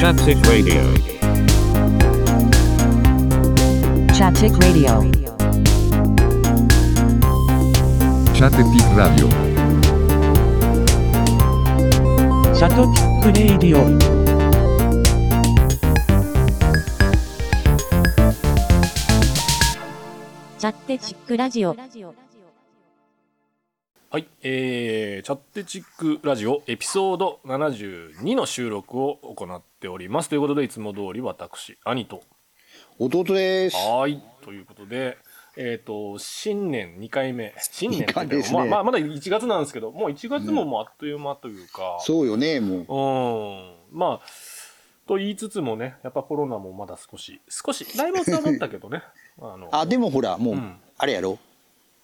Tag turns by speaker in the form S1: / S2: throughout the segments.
S1: Chaptic Radio.
S2: Chaptic Radio.
S3: Chatetic Radio.
S4: シャトピックレイディオン。
S5: チャッテチックラジオ。
S6: はい、えー、チャッテチックラジオエピソード72の収録を行っておりますということでいつも通り私兄と
S7: 弟です。
S6: はーいということでえっ、と新年2回目新年というか
S7: 二回ですね
S6: まあ、まあまだ1月なんですけどもう1月ももうあっという間というか、
S7: そうよね、もう。
S6: うんまあと言いつつもねやっぱコロナもまだ少し少しだいぶ収まったけど ねあの
S7: あ、でもほら、もう、
S6: ん
S7: あれやろ。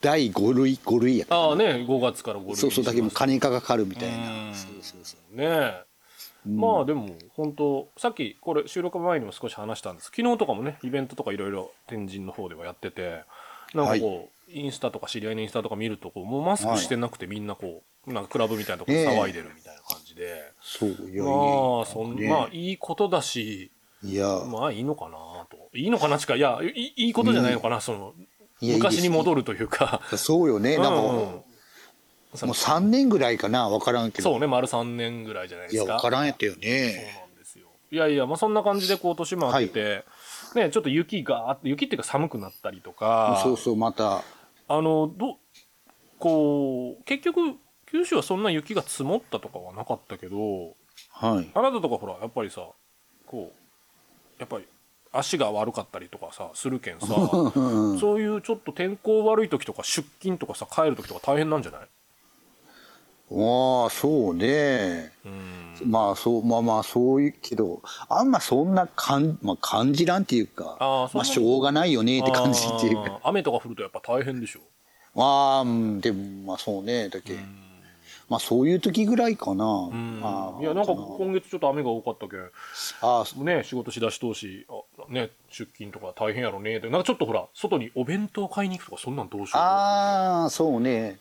S7: 第5類、5類やった
S6: ああね5月から5類
S7: そうそう、だけど金がかかるみたい
S6: うん
S7: な。そうそうそう。
S6: ねえまあでも本当さっきこれ収録前にも少し話したんです昨日とかもねイベントとかいろいろ天神の方ではやっててなんかこう、インスタとか知り合いのインスタとか見るとこうもうマスクしてなくてみんなこうなんかクラブみたいなとこで騒いでるみたいな感じで、
S7: そうよね。
S6: まあそん、
S7: ね
S6: まあいいことだし
S7: いや、
S6: まあいいのかなといいのかなしかいやいいいいことじゃないのかな、その
S7: いや
S6: 昔に戻
S7: る。
S6: るというか
S7: そうよね、なんか、
S6: うん
S7: もう3年ぐらいかな、わからんけど。
S6: そうね丸3年ぐらいじゃないで
S7: いや、
S6: すか
S7: わからんやったよ
S6: そう
S7: ね。
S6: なんですよ。いやいや、まあ、そんな感じでこう年も明けて、ね、ちょっと雪があって、雪っていうか寒くなったりとか、
S7: そうそう、また。
S6: あの、どう、こう、結局、九州はそんな雪が積もったとかはなかったけど、
S7: はい。
S6: あなたとかほら、やっぱりさ、こう、やっぱり足が悪かったりとかさ、するけん さ、そういうちょっと天候悪い時とか出勤とかさ、帰る時とか大変なんじゃない
S7: ああ、そうね。
S6: うん。
S7: まあ、そう、まあまあ、そういうけど、あんまそんなかん、まあ、感じらんっていうか、
S6: あーそんな
S7: まあ、しょうがないよねって感じっていうか。
S6: あー雨とか降るとやっぱ大変でしょ。
S7: まあ、うんでも、まあそうね、だけ、まあそういう時ぐらいかな。あ
S6: いやなんか今月ちょっと雨が多かったけん
S7: あそ
S6: ね、仕事しだし通し、あね、出勤とか大変やろねって、なんかちょっとほら、外にお弁当買いに行くとか、そんなんどうしよう。
S7: あー、そうね。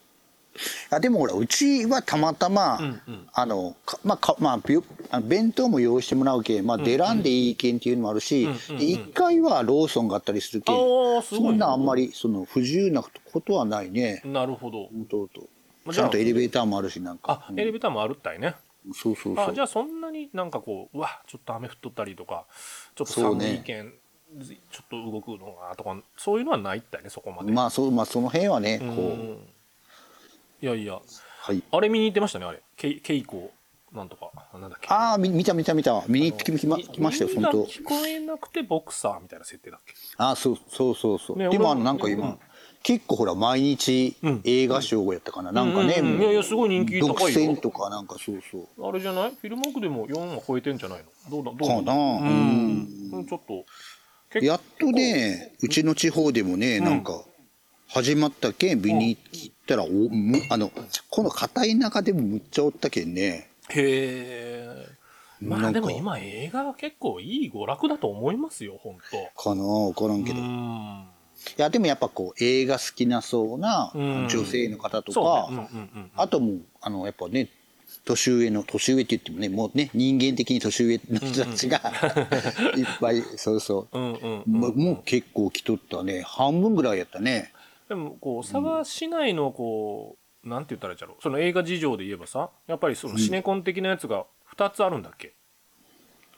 S7: あでもほら、うちはたまたま、
S6: んうん
S7: あの、かまあ、かまあびゅ、あ弁当も用意してもらうけん、まあ、出らんでいいけんっていうのもあるし、
S6: うんうん
S7: で一階はローソンがあったりするけん、
S6: あーすごいね
S7: そんなあんまり、その、不自由なことはないね。
S6: なるほど。
S7: 本当と
S6: まあ
S7: ちゃんとエレベーターもあるし、なんか
S6: あ。、エレベーターもあるったいね。
S7: うんそうそうそう。
S6: あ、じゃあそんなになんかこう、うわ、ちょっと雨降っとったりとか、ちょっと
S7: そう
S6: 寒
S7: ね
S6: いけん、ずちょっと動くのがとか、そういうのはないったいね、そこまで。
S7: まあ、そう、まあ、その辺はね、
S6: うん
S7: こう、
S6: いやいや、
S7: はい。
S6: あれ見に行ってましたね、あれ。けいけいこなんとか、なんだっけ。
S7: ああ、み見た見た見た。見に行ってきま来ましたよ、
S6: 耳が
S7: 本当。
S6: 聞こえなくてボクサーみたいな設定だっけ。
S7: ああ、そうそうそうそう。
S6: ね
S7: でもあ
S6: 俺
S7: の
S6: も
S7: なんか今、結構ほら毎日
S6: うん
S7: 映画賞をやったかな、なんかね、
S6: うんうんうん
S7: もう
S6: いやいやすごい人気高いよ
S7: 独占とかなんかそうそう。
S6: あれじゃないフィルマークでも4は超えてんじゃないのどうだど
S7: か
S6: うだ
S7: な。
S6: う
S7: うん。
S6: ん、うん、ちょっと結構
S7: やっとね、うちの地方でもね、なんか始まったけん見に行ったらおむあのこの硬い中でもむっちゃおったけんね。
S6: へえま
S7: な
S6: あ
S7: ん
S6: で
S7: か
S6: も今映画は結構いい娯楽だと思いますよ本当
S7: かなわからんけど。
S6: う
S7: い
S6: ん
S7: や、でもやっぱこう、映画好きなそうな
S6: うん
S7: 女性の方とか
S6: そう、ねうんうんうん
S7: あともう、あの、やっぱね、年上の、年上って言ってもね、もうね、人間的に年上の人たちが、いっぱい、そうそうう。
S6: んうんうん
S7: まもう結構来とったね。半分ぐらいやったね。
S6: でもこう佐賀市内のこう、なんて言ったらいいんじゃろうその映画事情で言えばさやっぱりそのシネコン的なやつが2つあるんだっけ、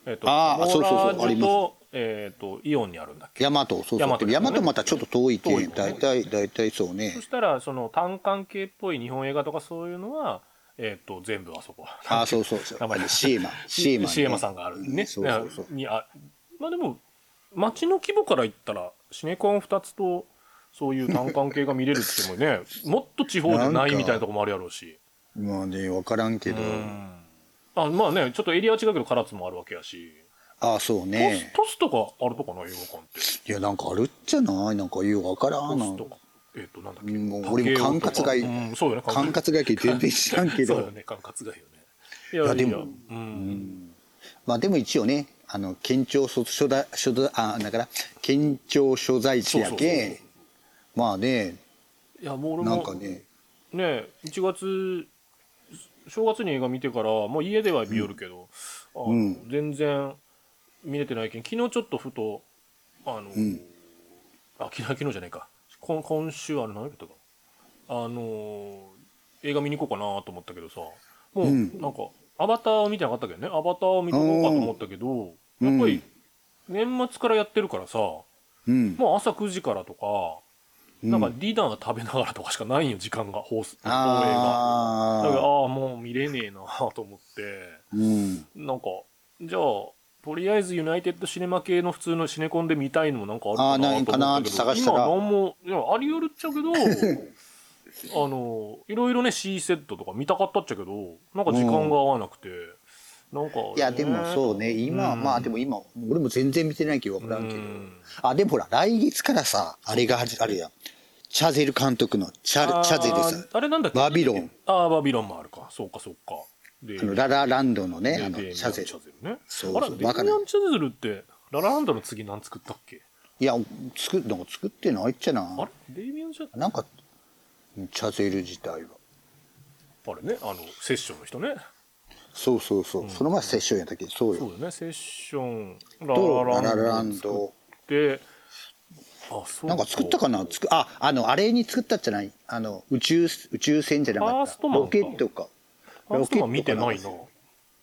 S6: えっ、と
S7: あー
S6: モー
S7: そうそうそう
S6: ラージ
S7: あり
S6: ュ
S7: ま
S6: と,、えっとイオンにあるんだっけ
S7: ヤマト、そう
S6: 大
S7: そ
S6: 和
S7: う。でもヤマ
S6: だ
S7: ト
S6: ね
S7: またちょっと遠いけ
S6: 遠い
S7: ん。
S6: もんね
S7: 大体、大体そうね
S6: そ。したらその単管系っぽい日本映画とかそういうのは、えっと全部あそこ
S7: あ、そうそうそう。
S6: 名前
S7: あのシーマ。シーマね。
S6: シエマさんがある
S7: う
S6: ね。
S7: そうそうそう。
S6: にあまあでも町の規模から言ったらシネコン2つとそういう単管系が見れるっても ねもっと地方でないみたいなとこもあるやろうし。
S7: まあね、わからんけど。
S6: あまあねちょっとエリアは違うけど唐津もあるわけやし。
S7: あ、そう
S6: トス
S7: ね。
S6: トスとかあるとかな映画館って。
S7: いや、なんかあるっちゃないなんかようわから
S6: ト
S7: んな
S6: ス。とか。えっ、となんだっけ。
S7: もう俺も管轄がいい
S6: うんそうよね。
S7: 管轄外け全然知らんけ
S6: そう
S7: ど
S6: よ。ね管轄がいいよね。い
S7: い
S6: や
S7: やで
S6: いや
S7: も
S6: うん。
S7: まあでも一応ね、あの、県庁所所在、所在、あ、だから、県庁所在地や
S6: そうそうそう
S7: け、まあね、
S6: いやもう俺も
S7: なんかね、
S6: ねえ1月正月に映画見てからもう家では見よるけど、あ
S7: ん
S6: 全然見れてないけん、昨日ちょっとふと、あの、
S7: うん
S6: あ、昨日、昨日じゃないか。今今週あれ何やったか。あのー映画見に行こうかなと思ったけどさ、もう、
S7: うん
S6: なんか、アバターを見てなかったけどね、アバターを見とこうかと思ったけど、
S7: うん
S6: やっぱり、年末からやってるからさ、も
S7: うん。
S6: う朝9時からとか、
S7: うん
S6: なんかディナー食べながらとかしかないんよ、時間が、放送、放映が。だから、あ
S7: あ
S6: あ
S7: あ。
S6: ー、もう見れねえなと思って、
S7: うん。
S6: なんか、じゃあ、とりあえずユナイテッドシネマ系の普通のシネコンで見たいのもなんかあるかなと思ったけど
S7: あーないかなって探したら
S6: 今なんも、いや、あり得るっちゃけ ど、あの、いろいろね、C セットとか見たかったっちゃけど、なんか時間が合わなくて、なんか、
S7: いや、でもそうね、今は、
S6: うん
S7: まあでも今、俺も全然見てないけど分からんけど
S6: うん。
S7: あ、でもほら、来月からさ、あれがはじあるやん。チャゼル監督のチャ
S6: あー
S7: チャゼルさ、
S6: あれなんだっけ
S7: バビロン。
S6: ああ、バビロンもあるか。そうか、そうか。で
S7: あの、ララランドのね、
S6: で
S7: あの、
S6: デイミアン
S7: チャゼル
S6: チャ。ゼルね。
S7: そうそう
S6: あれ、デイミア
S7: わかる
S6: ン・チャゼルって、ララランドの次何作ったっけ
S7: いや、作るの作ってないっちゃな
S6: あ。れデイミアン・チャゼル
S7: なんか、チャゼル自体は。
S6: あれね、あの、セッションの人ね。
S7: そうそうそう。その前セッションやったっけそう
S6: そう
S7: よ。
S6: だよね、セッション、
S7: と、
S6: ラ
S7: ララ
S6: ラ
S7: ラ
S6: ラ
S7: ン
S6: ンド
S7: ド。
S6: で、あ、そう
S7: なんか作ったかなつくあ、あの、あれに作ったんじゃないあの、宇宙、宇宙船じゃなか
S6: ファー
S7: っ
S6: ス
S7: た。
S6: トマンか
S7: ロケットか。
S6: あ
S7: ロ
S6: の
S7: ケッ
S6: 人
S7: ト
S6: は見てない
S7: い
S6: な。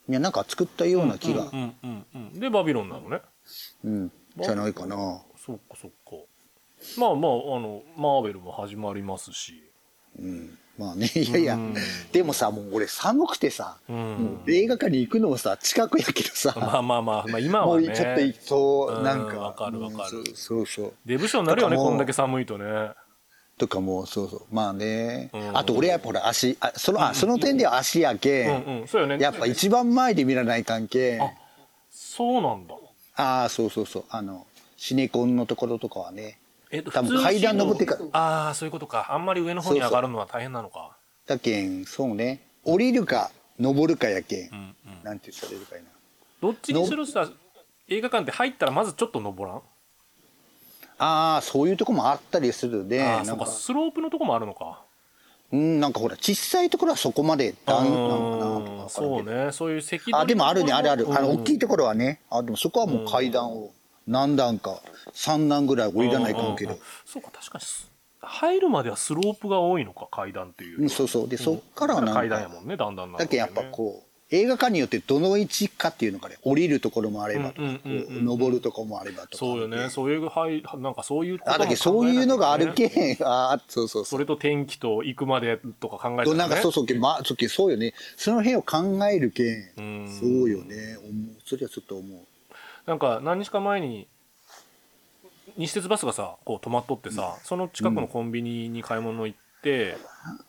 S7: や、なんか作ったような気が
S6: う。んうんうん。で、バビロンなのね。
S7: うん。じゃないかな。
S6: そっかそっか。まあまあ、あの、マーベルも始まりますし。
S7: まあね、 いやいや
S6: うん。
S7: でもさ、もう俺寒くてさ、
S6: うん
S7: もう映画館に行くのもさ、近くやけど
S6: ま
S7: さ、
S6: あまあまあ、まあ今
S7: も
S6: は
S7: う
S6: ね。
S7: ちょっと行そう、なん
S6: う
S7: か。
S6: んわかるわかる
S7: うんそうそうそう。
S6: デブ症になるよね、
S7: なんかもう
S6: こんだけ寒いとね。
S7: とかも、そうそう。まあね
S6: う。ん
S7: あと俺はやっぱほら、足、あその、あ、その点では足や
S6: う
S7: け、
S6: んうん。そうよね。
S7: やっぱ一番前で見らない関係。
S6: あそうなんだ。
S7: ああそうそうそうあのシネコンのところとかはね
S6: えっと
S7: 多分
S6: 普通の
S7: 階段登ってか
S6: ああ、そういうことか。あんまり上の方に上がるのは大変なのか。
S7: だけんそうね降りるか登るかやけん、
S6: うんうん。
S7: なんて言ったらいいかいな
S6: どっちにしろさ映画館って入ったらまずちょっと登らん、
S7: ああそういうとこもあったりするで
S6: あ
S7: な
S6: あそうん
S7: か
S6: かスロープのとこもあるのか
S7: うんなんかほら小さいところはそこまで段なのかな
S6: うー
S7: と
S6: ん
S7: か分
S6: そ
S7: か
S6: う
S7: るけど
S6: ねそういう席
S7: あでもあるねあるある、あの大き
S6: い
S7: いところはねあでもそこはもう階段を何段か3段ぐらい降りらないかもけど、
S6: そうか確かにす入るまではスロープが多いのか階段っていうよりは
S7: うん、そうそうでそっからは
S6: だ
S7: なんか
S6: 階段やもんねだんだんなん
S7: だけどやっぱこう映画館によってどの位置かっていうのがね降りるところもあればとか、
S6: うんうんうんうん
S7: こう登るとこもあればとか
S6: そうよねそういうはいなんかそういうことも
S7: あだけど
S6: 考
S7: そう
S6: えなきゃけ
S7: いう
S6: な
S7: のがある
S6: ね
S7: けん あーそうそうそ
S6: そうれと天気と行くまでとか考えたら、
S7: ど
S6: ね、
S7: なんかそうそうけんまあそうけんそうよねその辺を考えるけん
S6: うん
S7: そうよね思うそれはちょっと思う
S6: なんか何日か前に西鉄バスがさこう止まっとってさ、その近くのコンビニに買い物行って、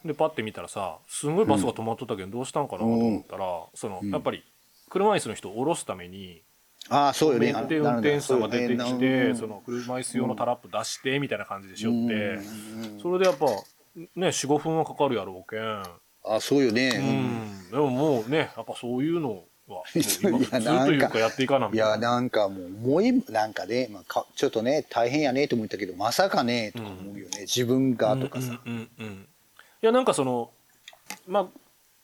S6: でパッて見たらさすごいバスが止まっとったけどどうしたんかなと思ったら、その
S7: うん
S6: やっぱり車椅子の人を降ろすために
S7: ああそうよね
S6: 運転運転手さんが出てきてそ
S7: の
S6: の車椅子用のタラップ出してみたいな感じでしよって、そ
S7: そ
S6: れでやっぱね45分はかかるやろうけん、
S7: あそうよね、
S6: うん、でももうねやっぱそういうのはもう今
S7: い
S6: 普
S7: やなん
S6: 通という
S7: か
S6: かやっていかない
S7: いやなんかもう思いなんかね、まあ、かちょっとね大変やねと思ったけどまさかねとか思うよね、自分がとかさ、
S6: うんうんうんうんいやなんかそのまあ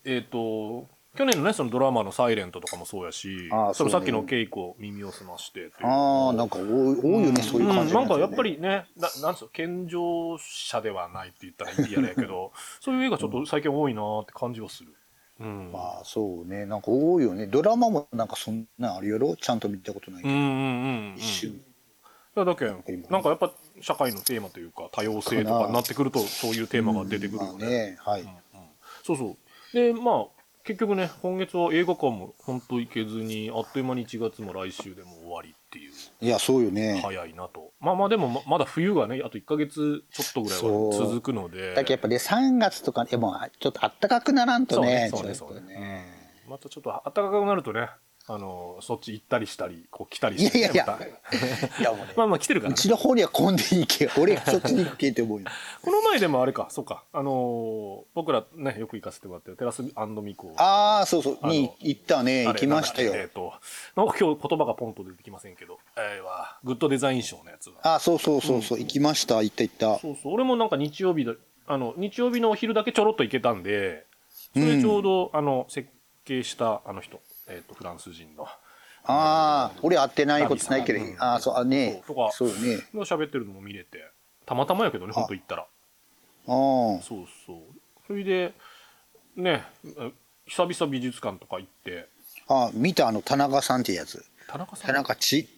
S6: えっ、と去年のねそのドラマの「サイレントとかもそうやし
S7: あー
S6: それさ
S7: そう
S6: っ
S7: ね
S6: きの稽古耳を澄ましてっていう
S7: ああなんか多い多いよね、そういう感じ
S6: ん
S7: の
S6: なん
S7: つ
S6: か
S7: よね
S6: やっぱりねななんつうの健常者ではないって言ったらいいやれやけど そういう映画ちょっと最近多いなーって感じはする、うん、
S7: まあそうねなんか多いよねドラマもなんかそんなんあるやろちゃんと見たことないけ
S6: うんう
S7: ど、
S6: んうんうん
S7: 一瞬
S6: いやだけんなんかやっぱ社会のテーマというか多様性とかになってくるとそういうテーマが出てくる
S7: ま
S6: よ
S7: あねはい、
S6: そうそう。で、まあ、結局ね、今月は映画館も本当行けずに、あっという間に1月も来週でも終わりっていう、
S7: いやそうよね、
S6: 早いなと。まあまあ、でもままだ冬がね、あと1ヶ月ちょっとぐらいは
S7: そう
S6: 続くので、
S7: だけどやっぱね3月とかでもうちょっとあったかくならんとね
S6: そうね
S7: ちょっと
S6: そうねまたちょっと暖かくなるとね、あの、そっち行ったりしたり、こう来たり
S7: い
S6: し
S7: や
S6: て、
S7: いやいや
S6: また
S7: いやもうね
S6: まあまあ来てるから
S7: う
S6: ね。
S7: ちの方には混んでい いけ俺がそっちに行けって思うよ
S6: この前でもあれか、そうか、あのー僕らね、よく行かせてもらってるテラスミコ
S7: ああそうそう
S6: あの
S7: に行ったね行きましたよ
S6: あれなんだっけえっ、と、なんか今日言葉がポンと出てきませんけど、えーは、グッドデザイン賞のやつが。
S7: あそうそうそうそう、行きました行った行った
S6: そうそう、俺もなんか日曜日だ、あの、日曜日のお昼だけちょろっと行けたんで、それちょうど、あの、設計したあの人、えっ、と、フランス人の、
S7: ああ、俺会ってないことないけど、ああ、そう、あね
S6: そうとか
S7: そうね。
S6: の喋ってるのも見れてたまたまやけどねほんと行ったら
S7: ああ、
S6: そうそうそれでねえ久々美術館とか行って
S7: あ見たあの、田中さんってやつ。
S6: 田中さ
S7: 田
S6: ん
S7: 中ち、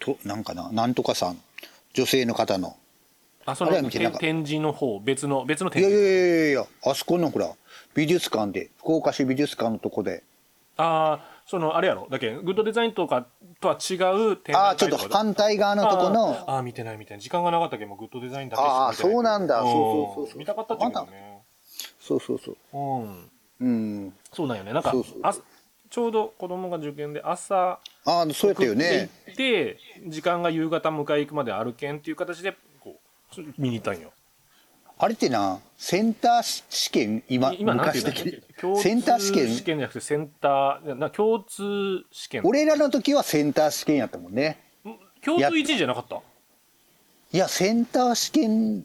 S7: と、なんかな、なんとかさん。女性の方の。
S6: あそ
S7: あれは見
S6: の
S7: てなかった
S6: 展示の方別の別の
S7: い
S6: 展
S7: やいや
S6: 示
S7: いやいや、あそこのほら、美術館で、福岡市美術館のとこで。
S6: ああそのあれやろだけんグッドデザインとかとは違う展
S7: ああ、
S6: 覧会
S7: ちょっと
S6: かだ
S7: 反対側のとこの。
S6: あーあー見てないみたいな時間がなかったけんもうグッドデザインだけしか
S7: ああ、
S6: 見てい
S7: そうなんだ。そうそうそう
S6: う
S7: そ
S6: ん
S7: う。
S6: 見たかったっちゃけどね
S7: そうそうそう。
S6: うん
S7: うん。
S6: そうなんよねなんか
S7: そうそう
S6: あちょうど子供が受験で朝
S7: ああ、そうやったよね。
S6: 送って行って時間が夕方迎え行くまで歩けんっていう形でこう見に行ったんよ
S7: あれってな、センター試験、今、
S6: 今なんてい
S7: 昔
S6: うの
S7: 的に
S6: 共通
S7: センター試
S6: 試
S7: 験。
S6: 験じゃなくてセンターじゃな共通試験
S7: 俺らの時はセンター試験やったもんね。
S6: 共通1位じゃなかった
S7: いや、センター試験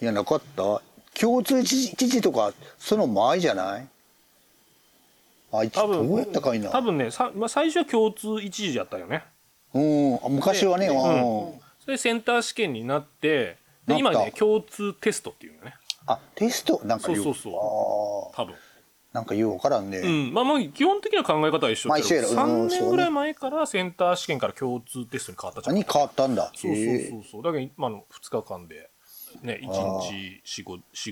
S7: じゃなかった共通知事とか、その前じゃないあいつ、
S6: 多
S7: ど
S6: 分
S7: うやったかいな。
S6: 多分ねさ、まあ、最初は共通1時やったよね
S7: うん、あ昔はね、
S6: で
S7: うん
S6: それセンター試験になって
S7: なっ
S6: で
S7: た
S6: 今ね共通テストっていうのね
S7: あ、テスト、なんかよ
S6: そうそう
S7: そ
S6: 多分、
S7: なんかようわからんね。
S6: うんまあ、まあ基本的な考え方は一緒
S7: まあ
S6: けど
S7: 一緒やろうん
S6: 3
S7: そう
S6: 年
S7: ね
S6: ぐらい前からセンター試験から共通テストに変わったじゃん
S7: 何変わったんだ。
S6: そうそう
S7: へえ
S6: そうそうだけど今の2日間でね1日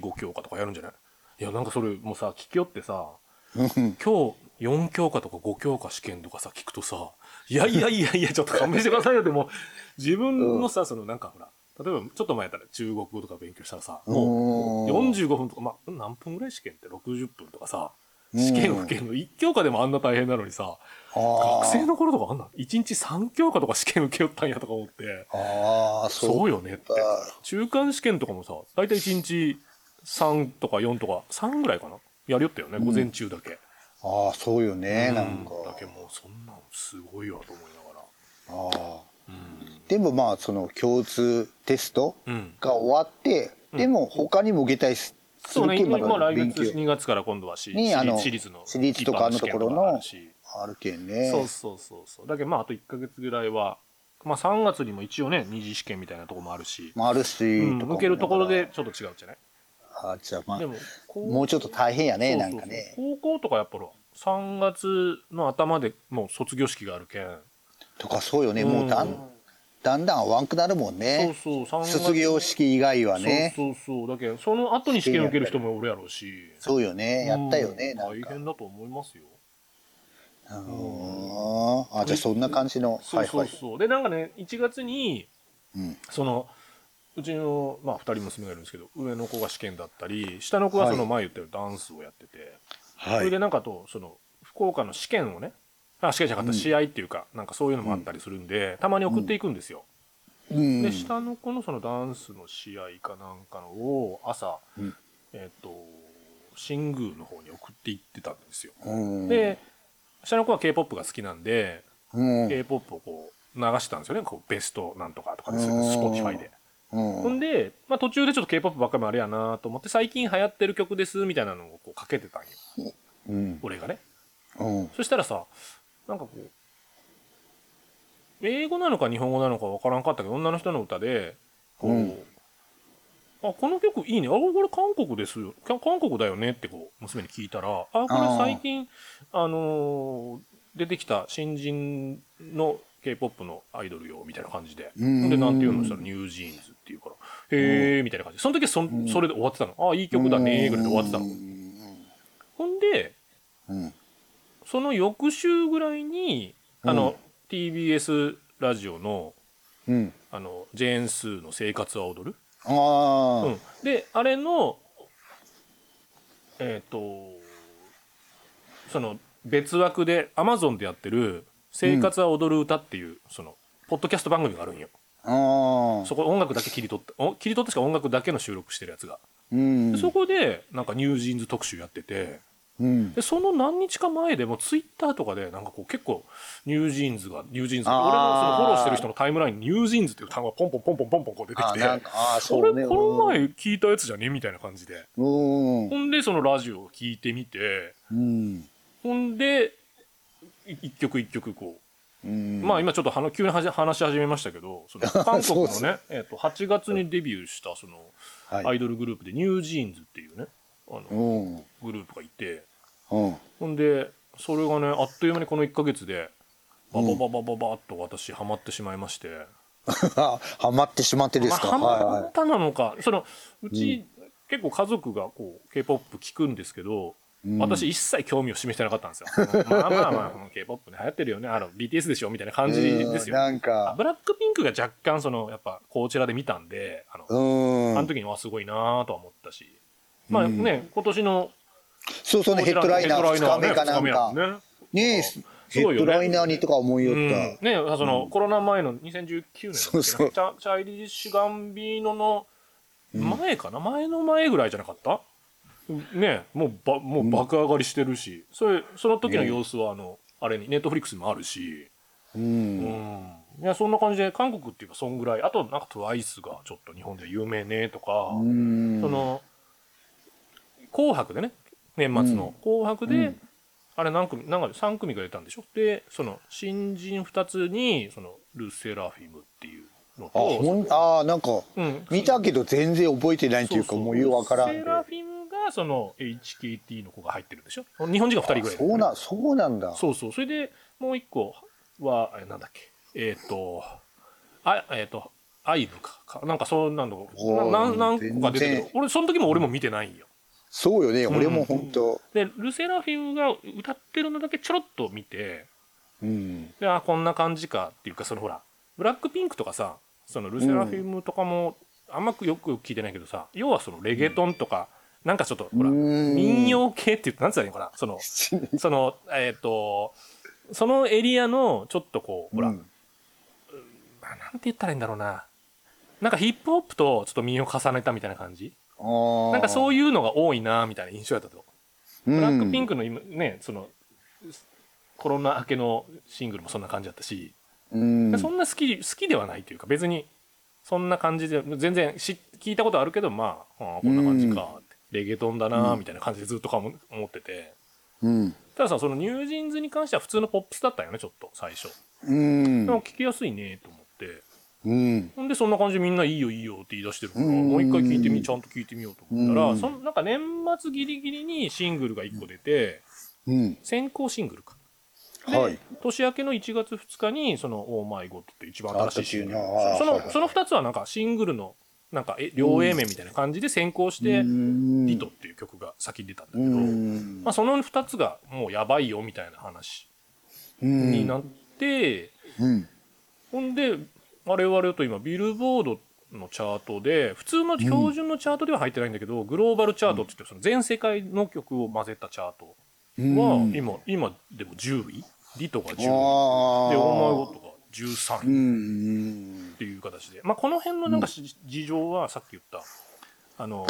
S6: 45教科とかやるんじゃないいやなんかそれもうさ聞きよってさ今日4教科とか5教科試験とかさ聞くとさいやいやいやいやちょっと勘弁してくださいよでも自分のさそのなんかほら例えばちょっと前やったら中国語とか勉強したらさもう
S7: うん
S6: 45分とかまあ何分ぐらい試験って60分とかさ試験受けるの1教科でもあんな大変なのにさ
S7: あ
S6: 学
S7: ー
S6: 生の頃とかあんな1日3教科とか試験受けよったんやとか思って。
S7: あー、
S6: そ
S7: そうう。
S6: よねって。中間試験とかもさ、大体1日3とか4とか、3ぐらいかなやりよったよね、午前中だけ。
S7: ああ、そうよね、な
S6: うんん
S7: か。
S6: だけもう、そんなんすごいわと思いながら。
S7: ああ。でもまあ、その共通テスト
S6: うん
S7: が終わって、でも他にも受けたりすす
S6: そう
S7: る
S6: ね、
S7: け
S6: 今
S7: ま
S6: 今
S7: だ
S6: 来
S7: 勉
S6: 月
S7: 強
S6: 2月から今度はし、私
S7: ねあの
S6: 立私立の
S7: 私立とかあの
S6: 一般試験
S7: ところの
S6: あるし
S7: あるけんね。
S6: そうそうそうそう。だけどまああと1ヶ月ぐらいは、まあ3月にも一応ね、二次試験みたいなところもあるし、
S7: もあるし、
S6: うん
S7: とか
S6: 受けるところでちょっと違うじゃない
S7: あじゃあまあ
S6: でも、こう
S7: もうちょっと大変やねなんか
S6: そう
S7: ね
S6: そうそう高校とかやっぱほら3月の頭でもう卒業式があるけん、
S7: とかそうよね、
S6: うん
S7: もうだんだんだん合わんくなるもんね
S6: そうそう3月
S7: 卒業式以外はねそ
S6: そう
S7: う
S6: そうそうだけんその後に試験受ける人もおるやろうし
S7: よねやったよね、
S6: うん
S7: なんか
S6: 大変だと思いますよ
S7: うんあじゃあそんな感じの、
S6: そうそう
S7: はいはい
S6: そう、でなんかね1月に、
S7: うん
S6: そのうちの、まあ、2人娘がいるんですけど上の子が試験だったり下の子はその前言ったようにダンスをやってて、それでなんかとその福岡の試験をねあ試験じゃなかった、試合っていうかなんかそういうのもあったりするんで、たまに送っていくんですよ、
S7: うん
S6: で下の子のそのダンスの試合かなんかのを朝、
S7: うん
S6: えっ、と新宮の方に送って行ってたんですよ、
S7: うん
S6: で下の子は k p o p が好きなんで、
S7: うん、
S6: k p o p をこう流してたんですよねこうベストなんとかとかです
S7: うん
S6: Spotify で、
S7: うん
S6: ほんで、まあ、途中でちょっと k p o p ばっかりもあれやなと思って最近流行ってる曲ですみたいなのをこうかけてたんよ
S7: うん
S6: 俺がね
S7: うん
S6: そしたらさなんかこう英語なのか日本語なのかわからんかったけど女の人の歌でこう、
S7: うん
S6: あこの曲いいねあこれ韓国ですよか韓国だよねってこう娘に聞いたらあこれ最近あのー出てきた新人の k p o p のアイドルよみたいな感じで
S7: うーん
S6: でなんていうのしたらニュージーンズっていうからへえみたいな感じでその時はそんそれで終わってたのあいい曲だねぐらいで終わってたのほんで
S7: うん
S6: その翌週ぐらいに、あの、TBS ラジオの、
S7: うん
S6: あの、ジェーンスーの生活は踊る。
S7: ああ、
S6: うん。で、あれの、えっ、と、その、別枠で、Amazon でやってる、生活は踊る歌っていう、その、ポッドキャスト番組があるんよ。
S7: ああ
S6: そこ音楽だけ切り取って、お切り取ってしか音楽だけの収録してるやつが。
S7: うん
S6: でそこで、なんかニュージーンズ特集やってて、
S7: うん
S6: でその何日か前でもツイッターとかでなんかこう結構ニュージーンズがニュージーンズ
S7: あー
S6: 俺のそのフォローしてる人のタイムラインにニュージーンズっていう単語がポンポンポンポンポンポンこう出てき
S7: あ
S6: て
S7: なんかあー
S6: そ
S7: そうね
S6: れこの前聞いたやつじゃねみたいな感じで
S7: うん
S6: ほんでそのラジオを聞いてみて
S7: うん
S6: ほんでい一曲一曲こう
S7: うん
S6: まあ今ちょっとはな急にはじ話し始めましたけど、その韓国
S7: そう
S6: の
S7: そ
S6: ね、えっと8月にデビューしたその
S7: はい
S6: アイドルグループでニュージーンズっていうね、あの
S7: うんうん
S6: グループがいて、
S7: うん
S6: ほんで、それがね、あっという間にこの1ヶ月で、バババババババッと私ハマってしまいまして。
S7: はまってしまってですか、
S6: まあ
S7: はい
S6: ハマ
S7: は
S6: ったなのか、その、うち、結構家族がこう、K-POP 聞くんですけど、
S7: うん
S6: 私一切興味を示してなかったんですよ。まあまあまあうん、K-Pop ね、流行ってるよね。あの、BTS でしょみたいな感
S7: い
S6: じですよ。
S7: うんなん
S6: あ
S7: か
S6: ブラックピンクが若干、その、やっぱ、こちらで見たんで、あの、
S7: うん
S6: あの時にはすごいなぁとは思ったし。まあ
S7: うん
S6: ね、今年の、
S7: そうそうねヘッドライナー
S6: ヘッド
S7: 2日
S6: ラ
S7: 目かな
S6: 二日目
S7: んか
S6: だもね
S7: ね
S6: そ
S7: ヘッドライナーにとか思いよ
S6: う
S7: っ
S6: んね
S7: た、
S6: その、コロナ前の2019年だっけな
S7: そうそう
S6: チャチャイリッシュ・ガンビーノの前かな、前の前ぐらいじゃなかったねもうばもう爆上がりしてるし、それその時の様子はあの、あれにネットフリックスにもあるし、
S7: う
S6: うん
S7: ん
S6: いやそんな感じで韓国っていうかそんぐらいあとなんか TWICE がちょっと日本では有名ねとか、
S7: うん
S6: その「紅白」でね年末の「紅白で」あれ何組何組3組が出たんでしょでその新人2つにそのルセラフィムっていうの
S7: あほ
S6: と
S7: んあーなんか
S6: うん
S7: 見たけど全然覚えてないっていうか
S6: そうそう
S7: もうようわからん
S6: ル
S7: で
S6: セラフィムがその HKT の子が入ってるんでしょ日本人が2人ぐらい
S7: そうなんそうなんだ
S6: そうそうそれでもう1個はあれなんだっけえっ、とあえっ、とアイブかかなんかそうなんだろう
S7: おー
S6: な何個か出てる
S7: 全然
S6: けど俺その時も俺も見てないんよ
S7: そうよね俺も本当
S6: で、ルセラフィムが歌ってるのだけちょろっと見て、
S7: うん
S6: で、あ、こんな感じかっていうか、そのほら、ブラックピンクとかさ、そのルセラフィムとかも、あんまよく聞いてないけどさ、要はそのレゲトンとか、なんかちょっと、ほら、
S7: うん
S6: 民 謡系っていうか、なんつったらいいのかな、その、その、えっ、と、そのエリアの、ちょっとこう、ほら、
S7: うん
S6: あなんて言ったらいいんだろうな、なんかヒップホップとちょっと民謡重ねたみたいな感じ
S7: あー
S6: なんかそういうのが多いな、みたいな印象やったと。
S7: うん
S6: ブラックピンクの今ねそのコロナ明けのシングルもそんな感じだったし、
S7: うん
S6: そんな好き好きではないというか別にそんな感じで全然し聞いたことあるけどまあああこんな感じかって、レゲトンだなみたいな感じでずっとかも思ってて
S7: うん
S6: たださそのニュージーンズに関しては普通のポップスだったよねちょっと最初
S7: うん
S6: でも聞きやすいねと思って
S7: うん
S6: ほんでそんな感じでみんないいよいいよって言い出してるから、
S7: うん
S6: もう一回聞いてみちゃんと聞いてみようと思ったら、
S7: うん
S6: そのなんか年末ギリギリにシングルが1個出て、
S7: うん
S6: 先行シングルか。で、
S7: はい
S6: 年明けの1月2日に、その、オーマイゴッドって一番新しいシングル。
S7: あったっていうねあー
S6: そ
S7: はいはい
S6: の、その2つはなんかシングルの、なんか、え両 A 面みたいな感じで先行して、
S7: うん
S6: リトっていう曲が先に出たんだけ
S7: う
S6: ど、
S7: ん
S6: まあその2つがもうやばいよみたいな話
S7: うん
S6: になって、
S7: うん
S6: ほんで、我々と今、ビルボードのチャートで、普通の標準のチャートでは入ってないんだけど、グローバルチャートって言って、その全世界の曲を混ぜたチャートは、今、今でも10位リトが10位。
S7: あ
S6: で、
S7: ー
S6: オーマイゴッドが13
S7: う
S6: 位っ
S7: ん
S6: ていう形で、まあ、この辺のなんかし、事情はさっき言った、あの、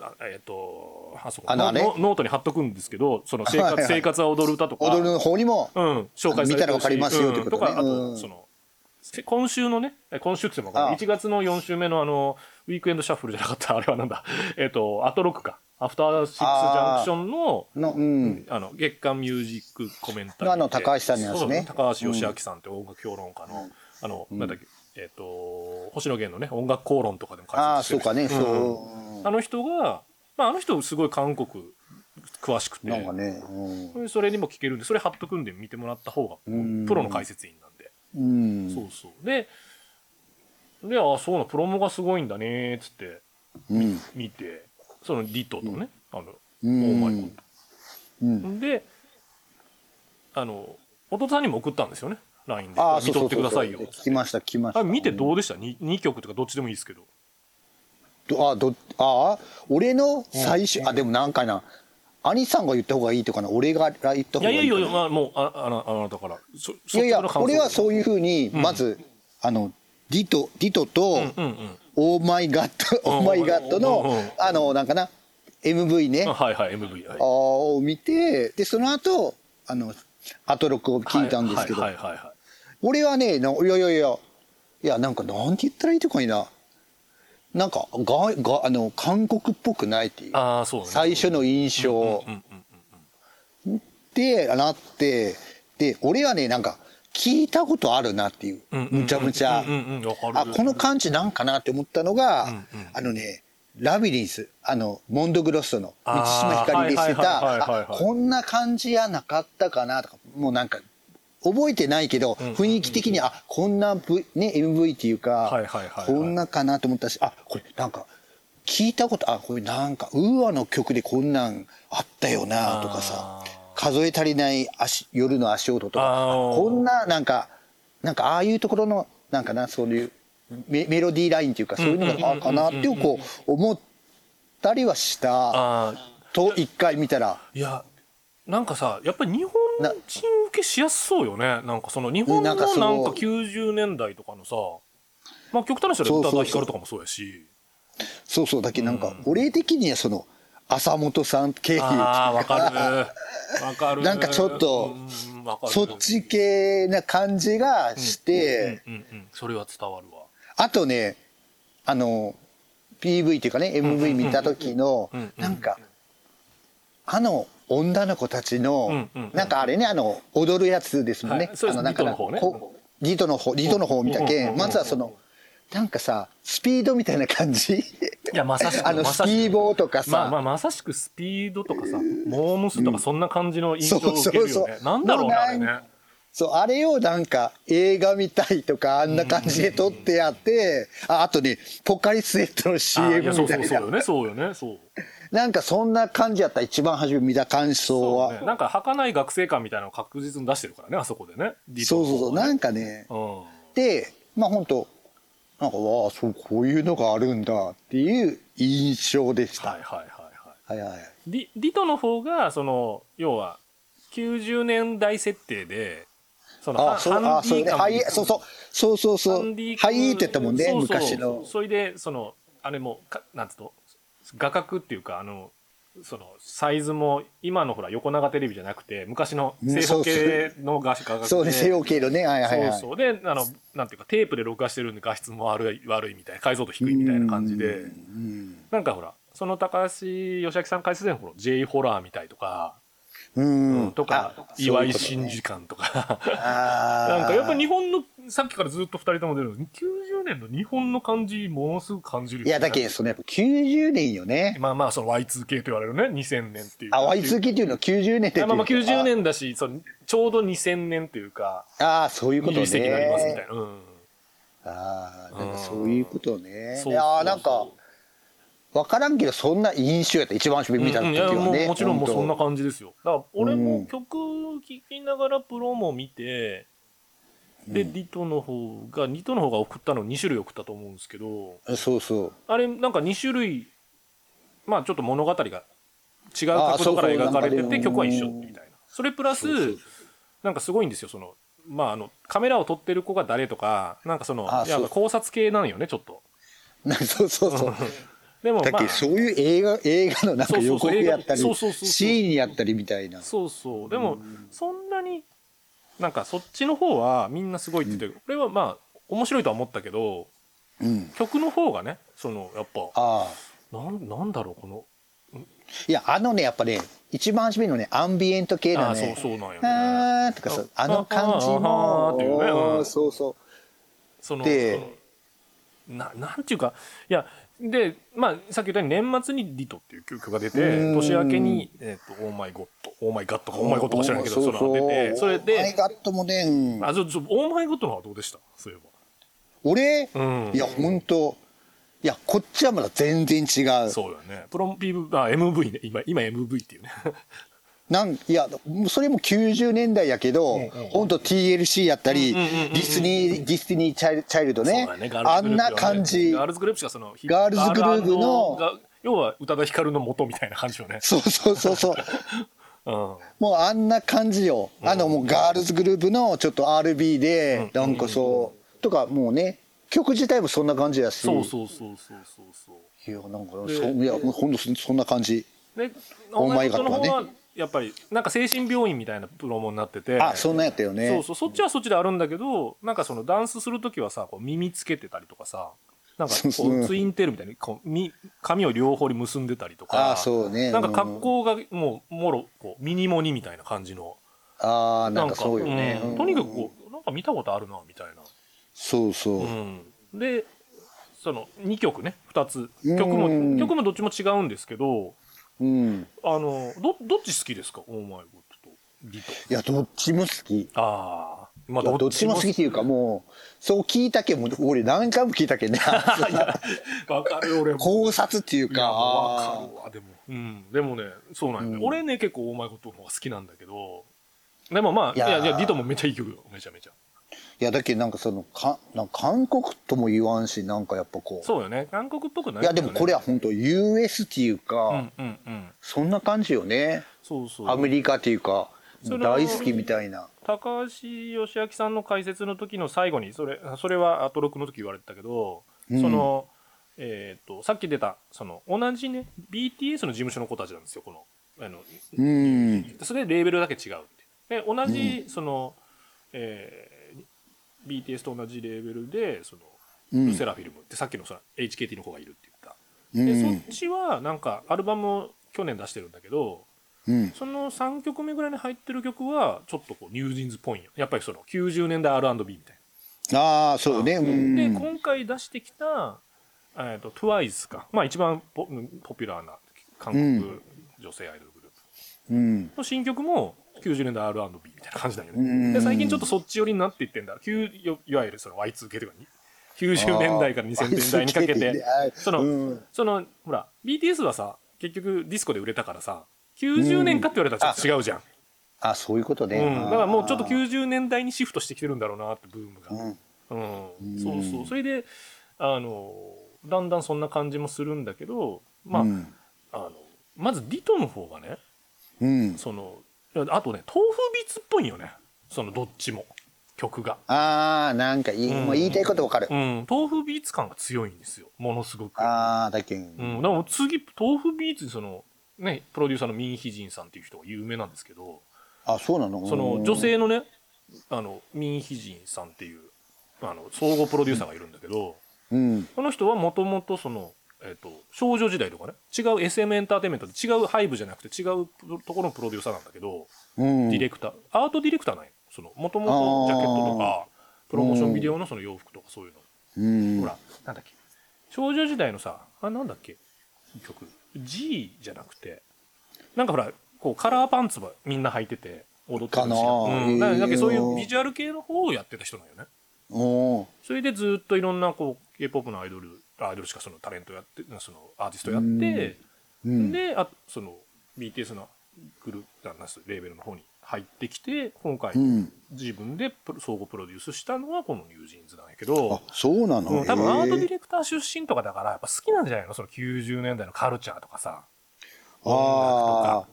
S6: あえっ、と、あそこ
S7: あの
S6: ノ
S7: あれ
S6: ノノートに貼っとくんですけど、その生
S7: はいは
S6: 活
S7: い
S6: 生活は踊る歌とか、
S7: 踊るの方にも
S6: うん、紹介されてるし
S7: 見たらわかりますよって
S6: うん
S7: ことね
S6: とか、あ
S7: うん
S6: と、その、せ今週のね、え今週って言ってもわかんない
S7: ああ
S6: 1月の4週目のあの、ウィークエンドシャッフルじゃなかった、あれはなんだ、えっ、と、アトロックか、アフターシックスジャンクションの、
S7: のうん
S6: あの月刊ミュージックコメンタリー
S7: あの高橋さんのやつね
S6: そうそう高橋義明さんって音楽評論家の、
S7: うん
S6: あの、
S7: ん
S6: なんだっけ、えっ、と、星野源のね、音楽口論とかでも解
S7: ああ
S6: 説して
S7: そう
S6: る。
S7: かね
S6: ん
S7: そう
S6: あの人が、まあ、あの人すごい韓国詳しくて、
S7: なんかねうん
S6: それにも聞けるんで、それ貼っとくんで見てもらった方が、
S7: うん
S6: プロの解説員なんで。
S7: うん
S6: そうそう。で、で、ああ、そうな、プロモがすごいんだね、つって
S7: うん
S6: 見て、そのリトとね、あの、
S7: うん
S6: オーマイコット
S7: うん
S6: で、あの、弟さんにも送ったんですよね、LINE で。
S7: ああ
S6: 見とってくださいよ。
S7: 聞きました聞きました
S6: あ見てどうでした 2, 二曲とかどっちでもいいですけど。
S7: どあどあ俺の最初、あでもなんかな兄さんが言った方がいいとかな俺が言った
S6: い
S7: 方
S6: や
S7: が
S6: い
S7: いい
S6: や
S7: か
S6: いや、
S7: ない
S6: まあ、もう、ああなあなたから。そ
S7: いやいや俺はそう
S6: いう。
S7: いうふうにまず、あのディトディトと、
S6: うんうんうん。
S7: オーマイガッド
S6: うん
S7: オーマイガッド
S6: うんうんうん
S7: のあのなんかな MV ね、
S6: あはいはい、MV。
S7: あーを見てでその後あのアトロクを聞いたんですけど、
S6: はいはいはいはい。
S7: 俺はねないやいやいやいやなんかなんて言ったらいいとかいいななんかががあの韓国っぽくないっていう
S6: ああ、そうね。
S7: 最初の印象
S6: うんうんうん。
S7: でなってで俺はねなんか聞いたことあるなっていう、
S6: うんうんうん
S7: むちゃむちゃ、
S6: うんうんうんわかる
S7: あこの漢字なんかなって思ったのが、
S6: んうん
S7: あのねラビリンスあのモンドグロッソの満島ひかりでして
S6: あーはいはいはいはいはい
S7: たあこんな感じやなかったかなとかもうなんか覚えてないけど、
S6: んうん
S7: 雰囲気的にあこんな、v ね、MV っていうか、
S6: はいはいはいはい
S7: こんなかなと思ったしあこれなんか聞いたことあこれなんかウーアの曲でこんなんあったよなとかさ
S6: あー
S7: 数え足りない足夜の足音とか
S6: あー
S7: あこんななんかなんかああいうところのなんかなそういうメメロディーラインっていうかそういうのがあかなっていうこう思ったりはした
S6: ああ
S7: と一回見たら
S6: いやなんかさやっぱり日本
S7: な
S6: 人受けしやすそうよねなんかその日本のな
S7: なんん
S6: か
S7: かその
S6: 90年代とかのさまあ極端な人で宇多田ヒカルとかもそうやし
S7: そうそうだけどなんか俺的にはその浅本さん経由
S6: ああわかるわかる
S7: なんかちょっと
S6: うんわかる
S7: そっち系な感じがして。
S6: うんうんうんそれは伝わるわ
S7: あとね、あの、PV っていうかね、MV 見た時の
S6: んうん、
S7: なんか、あの女の子たちの
S6: うんうん、
S7: なんかあれね、あの、踊るやつですもんね
S6: はい。そうで
S7: あ
S6: す
S7: なんかな
S6: リトの方ね
S7: こうリトの方、リトの方見た
S6: うんうん
S7: け、
S6: うんん
S7: まずはその、なんかさ、スピードみたいな感 じ。
S6: いやまさしく
S7: あの、
S6: ま
S7: ス
S6: さしく
S7: ピーボーとか
S6: まあまあ
S7: さ、
S6: まさしくスピードとかさモームスとかそんな感じの印象を受ける
S7: そ
S6: よ
S7: うそ
S6: ね
S7: うそう
S6: なんだろうねあれね
S7: もうなそう、あれをなんか映画見たいとか、あんな感じで撮ってやって、ああとね、ポカリスエットの
S6: あ
S7: CM
S6: いやそ
S7: み
S6: うそ
S7: た
S6: う
S7: い
S6: そう
S7: な
S6: よ。ねそうよねそう
S7: なんかそんな感じやった一番初め見た感想
S6: そう
S7: は。
S6: ねなんか儚い学生感みたいなのを確実に出してるからねあそこでね
S7: そうそうそう。なん
S6: か
S7: かね、
S6: うん
S7: で、まあ本当なんか、わあ、そう、こういうのがあるんだっていう印象でした。
S6: はいはい
S7: は
S6: はいはい
S7: いはい。
S6: リリトの方がその要は90年代設定でその
S7: あ
S6: ハ
S7: そう、
S6: ハ
S7: あ
S6: ンデ
S7: そう
S6: ィ
S7: ね。
S6: 感
S7: はい、そうそう。そうそうそ
S6: ハン
S7: う
S6: ディ。
S7: はい、って言ったもんね、
S6: そうそう
S7: 昔の。
S6: それでそのあれもかなんつうの画角っていうかあのそのサイズも今のほら横長テレビじゃなくて昔の正方形の画画角で
S7: そうね、西洋系のね。はいはいはい。
S6: そうそうであのなんていうかテープで録画してるんで画質も悪い悪いみたいな解像度低いみたいな感じで
S7: うん。
S6: なんかほらその高橋義明さん解説でのほら J ホラーみたいとか、
S7: うん。
S6: とか
S7: あ
S6: 岩井
S7: そういう
S6: 真
S7: ことね
S6: 二感とか
S7: あ ー
S6: なんかやっぱ日本のさっきからずっと2人とも出るのに90年の日本の感じものすごく感じるよね
S7: いや、だけど、そのやっぱ90年よね。
S6: まあまあその Y2K と言われるね2000年っていう
S7: あ、Y2K っていうのは90年ってい
S6: あ
S7: う
S6: まあまあ
S7: と
S6: 90。年だしそのちょうど2000年というか
S7: ああ、そういうこ
S6: 20
S7: とね。
S6: 世紀になりますみたいな、うん、
S7: ああ、なん
S6: うん
S7: かそういうことね。
S6: そう
S7: いや
S6: そう
S7: ーなんか
S6: そ、
S7: わからんけど、そんな印象やった。一番初め見た
S6: うんうん
S7: 時
S6: いや
S7: は
S6: もう
S7: ね。
S6: もちろんもうそんな
S7: 本
S6: 感じですよだから俺
S7: う
S6: も
S7: ん
S6: 曲聴きながらプロも見て、でリトの方がリトの方が送ったの2種類送ったと思うんですけど
S7: 当そうそう。
S6: あれなんか2種類まあちょっと物語が違う
S7: あ
S6: 角
S7: ー
S6: 度から
S7: そうそう
S6: 描かれて
S7: なんか
S6: て
S7: ね
S6: 曲は一緒みたいなそれプラスなんかすごいんですよそのまああのカメラを撮ってる子が誰とかなんかその
S7: あー
S6: やっぱ
S7: そう
S6: 考察系なんよねちょっと
S7: なんかそうそうそう。
S6: でも
S7: だっ
S6: まあ
S7: けそういう映画、映画のなん
S6: そうそう
S7: か
S6: そう
S7: 予告やったり、
S6: 映
S7: シ
S6: 画そうそうそうそう
S7: ーンやったりみたいな。
S6: そうそうでもそんなになんかそっちの方はみんなすごいって言ってこれはまあ面白いとは思ったけど
S7: うん。
S6: 曲の方がねそのやっぱ
S7: ああ。
S6: なんなんだろうこの
S7: いや、あのね、やっぱね、一番初めのね、アンビエント系
S6: あ
S7: の
S6: あそう
S7: ね、
S6: そうなんよね
S7: あーとかそう、あの感じ
S6: あーっていうねう
S7: の
S6: ん、
S7: そうそう。
S6: その
S7: で
S6: ななんていうかいやでまあさっき言ったように年末に「リト」っていう曲が出て
S7: うん
S6: 年明けに「えー、とオーマイゴッド」「オーマイガッド」か「オーマイゴッド」か知らないけど
S7: そ
S6: そう
S7: そう
S6: の出てそれ
S7: オーマイ
S6: で
S7: ガットもね、うん
S6: あちょちょオーマイゴッド」の方はどうでしたそういえ
S7: 俺、
S6: ばうん
S7: いや本当いやこっちはまだ全然違う
S6: そうよねプロン PV あ MV ね今今 MV っていうね
S7: なんいやそれも90年代やけど、本当 TLC やったり、
S6: うんうんうんうんうん
S7: ディスニーディスニーチャイルチャイルドね
S6: そうだねガー
S7: あ
S6: ルズグループよね
S7: んな感じ
S6: ガールズグループしかそのヒ
S7: ガールズグループの
S6: ガールが要は宇多田ヒカルの元みたいな感じよね
S7: そうそうそ うそう
S6: うん
S7: もうあんな感じよあのもうガールズグループのちょっと RB で、なんかそうとかもうね曲自体もそんな感じやし
S6: そうそうそうそうそうそう
S7: いやなんか
S6: で
S7: そういやもうほんとそそんな感じ
S6: で
S7: オ
S6: オー
S7: ーマ
S6: マ
S7: イ
S6: イ
S7: ガ
S6: ガ
S7: ッ
S6: ッ
S7: ド
S6: ド
S7: は
S6: の
S7: ね
S6: 方はやっぱりなんか精神病院みたいなプロモになってて
S7: あそんなんやったよね
S6: そうそうそっちはそっちであるんだけどなんかそのダンスする時はさこう耳つけてたりとかさなんか
S7: そう
S6: こ
S7: そう
S6: うツインテールみたいにこうみ髪を両方に結んでたりとか
S7: あそうね
S6: なんか格好がもうもろこうミニモニみたいな感じの
S7: ああなんかそうよね、
S6: うん
S7: うん
S6: とにかくこうなんか見たことあるなみたいな、
S7: そうそう、
S6: うん、でその2曲ね2つ
S7: うん
S6: 曲も曲もどっちも違うんですけど
S7: うん、
S6: あのどどっち好きですかオーマイゴッドとリと
S7: いやどっちも好き
S6: ああまあ
S7: いやどっちも好きっていうかもうそう聞いたけんもう俺何回も聞いた けんね
S6: わかる俺も
S7: 考察っていう
S6: いや
S7: か
S6: わかるわでもうんでもねそうなんよね、
S7: うん
S6: 俺ね結構オーマイゴッドの方が好きなんだけどでもまあい
S7: いやー
S6: やいやリトもめちゃいい曲よめちゃめちゃ
S7: いやだけどなんかそのかなんか韓国とも言わんしなんかやっぱこう
S6: そうよね韓国っぽくない
S7: いやでもこれ
S6: は
S7: は本当 US っていうか、
S6: うんうんうん
S7: そんな感じよね
S6: そうそう
S7: アメリカっていうか
S6: それは
S7: 大好きみたいな
S6: 高橋義明さんの解説の時の最後にそれそれはアトロックの時言われてたけど、
S7: うん
S6: その、えー、とさっき出たその同じね BTS の事務所の子たちなんですよこのあの
S7: うん
S6: それでレーベルだけ違うってで同じ、その、えー BTS と同じレーベルでその、
S7: うん
S6: ルセラフィルムってさっきのその HKT の方がいるって言った
S7: う
S6: で、そ
S7: ん
S6: っちはなんかアルバムを去年出してるんだけど
S7: うん
S6: その3曲目ぐらいに入ってる曲はちょっとこうニュージーンズっぽいんよやっぱりその90年代 R&B みたい
S7: ああそうねう
S6: な、
S7: ん
S6: で今回出してきた、えー、と TWICE か、まあ、一番ポポピュラーな韓国女性アイドルグループ
S7: うん
S6: の新曲も90年代 R&B みたいな感じなんよ
S7: う
S6: ね
S7: ん
S6: で最近ちょっとそっち寄りになっていってんだきゅうよいわゆるその Y2K とかに90年代から2000年代にかけ
S7: あー
S6: てその
S7: うん
S6: そのほら BTS はさ結局ディスコで売れたからさ90年かって言われたらちょっと違うじゃん
S7: あそういうことね、
S6: うん、だからもうちょっと
S7: に
S6: 90年代にシフトしてきてるんだろうなってブームが、うん
S7: うん
S6: そうそうそれであのだんだんそんな感じもするんだけどまあ,、
S7: うん
S6: あのまずリトの方がね
S7: うん
S6: そのあとね豆腐ビーツっぽいよねそのどっちも曲が、
S7: ああなんかいい、
S6: うん
S7: もう言いたいことわかる、
S6: うん、豆腐ビーツ感が強いんですよものすごく、
S7: ああだけん、
S6: うん、でも次豆腐ビーツにそのねプロデューサーのミン・ヒジンさんっていう人が有名なんですけど
S7: あそうなの
S6: その女性のねあのミン・ヒジンさんっていうあの総合プロデューサーがいるんだけど、
S7: うん
S6: この人はもともとその、えっと少女時代とかね違う SM エンターテインメントで違うハイブじゃなくて違うところのプロデューサーなんだけど、
S7: うん
S6: ディレクターアートディレクターなんよそのもともとジャケットとかプロモーションビデオのその洋服とかそういうの、
S7: うん
S6: ほらなんだっけ少女時代のさあなんだっけ曲 G じゃなくてなんかほらこうカラーパンツばみんな履いてて踊ってるし、
S7: かなあ
S6: うん、だから
S7: へえ
S6: だけどそういうビジュアル系の方をやってた人なんよね
S7: おー
S6: それでずっといろんなこう K-POP のアイドルアイドルしかそのタレントやってそのアーティストやっ
S7: うん
S6: て、
S7: うん
S6: であその BTS のグループなんすレーベルの方に入ってきて今回
S7: うん
S6: 自分でプロ総合プロデュースしたのはこのニュージーンズなんやけど
S7: あ、そうなの、
S6: うん、多分アートディ
S7: レ
S6: レクター出身とかだからやっぱ好きなんじゃないのその90年代のカルチャーとかさ
S7: あ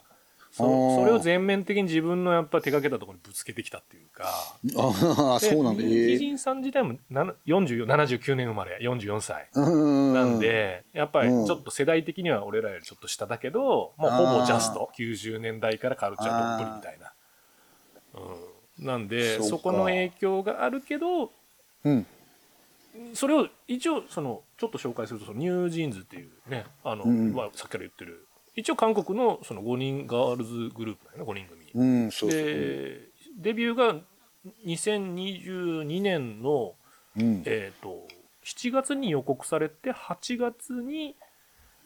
S6: そ
S7: おー
S6: それを全面的に自分のやっぱ手掛けたところにぶつけてきたっていうか
S7: ーあー
S6: で
S7: そうなんだ、え
S6: 美
S7: ー、
S6: 人さん自体も7 44 79年生まれ44歳
S7: うん
S6: なんで、やっぱり
S7: うん
S6: ちょっと世代的には俺らよりちょっと下だけど、もうほぼジャスト、90年代からカルチャーどっぷりみたいな。うん、なんで
S7: そう
S6: そ、
S7: か
S6: この影響があるけど、
S7: うん
S6: それを一応、その、ちょっと紹介すると、そのニュージーンズっていうね、あの、
S7: うん
S6: まあさっきから言ってる、一応韓国のその5人ガールズグループだよね、5人組。
S7: うんそうそう、
S6: で、デビューが2022年の
S7: うん、
S6: えー、と7月に予告されて8月に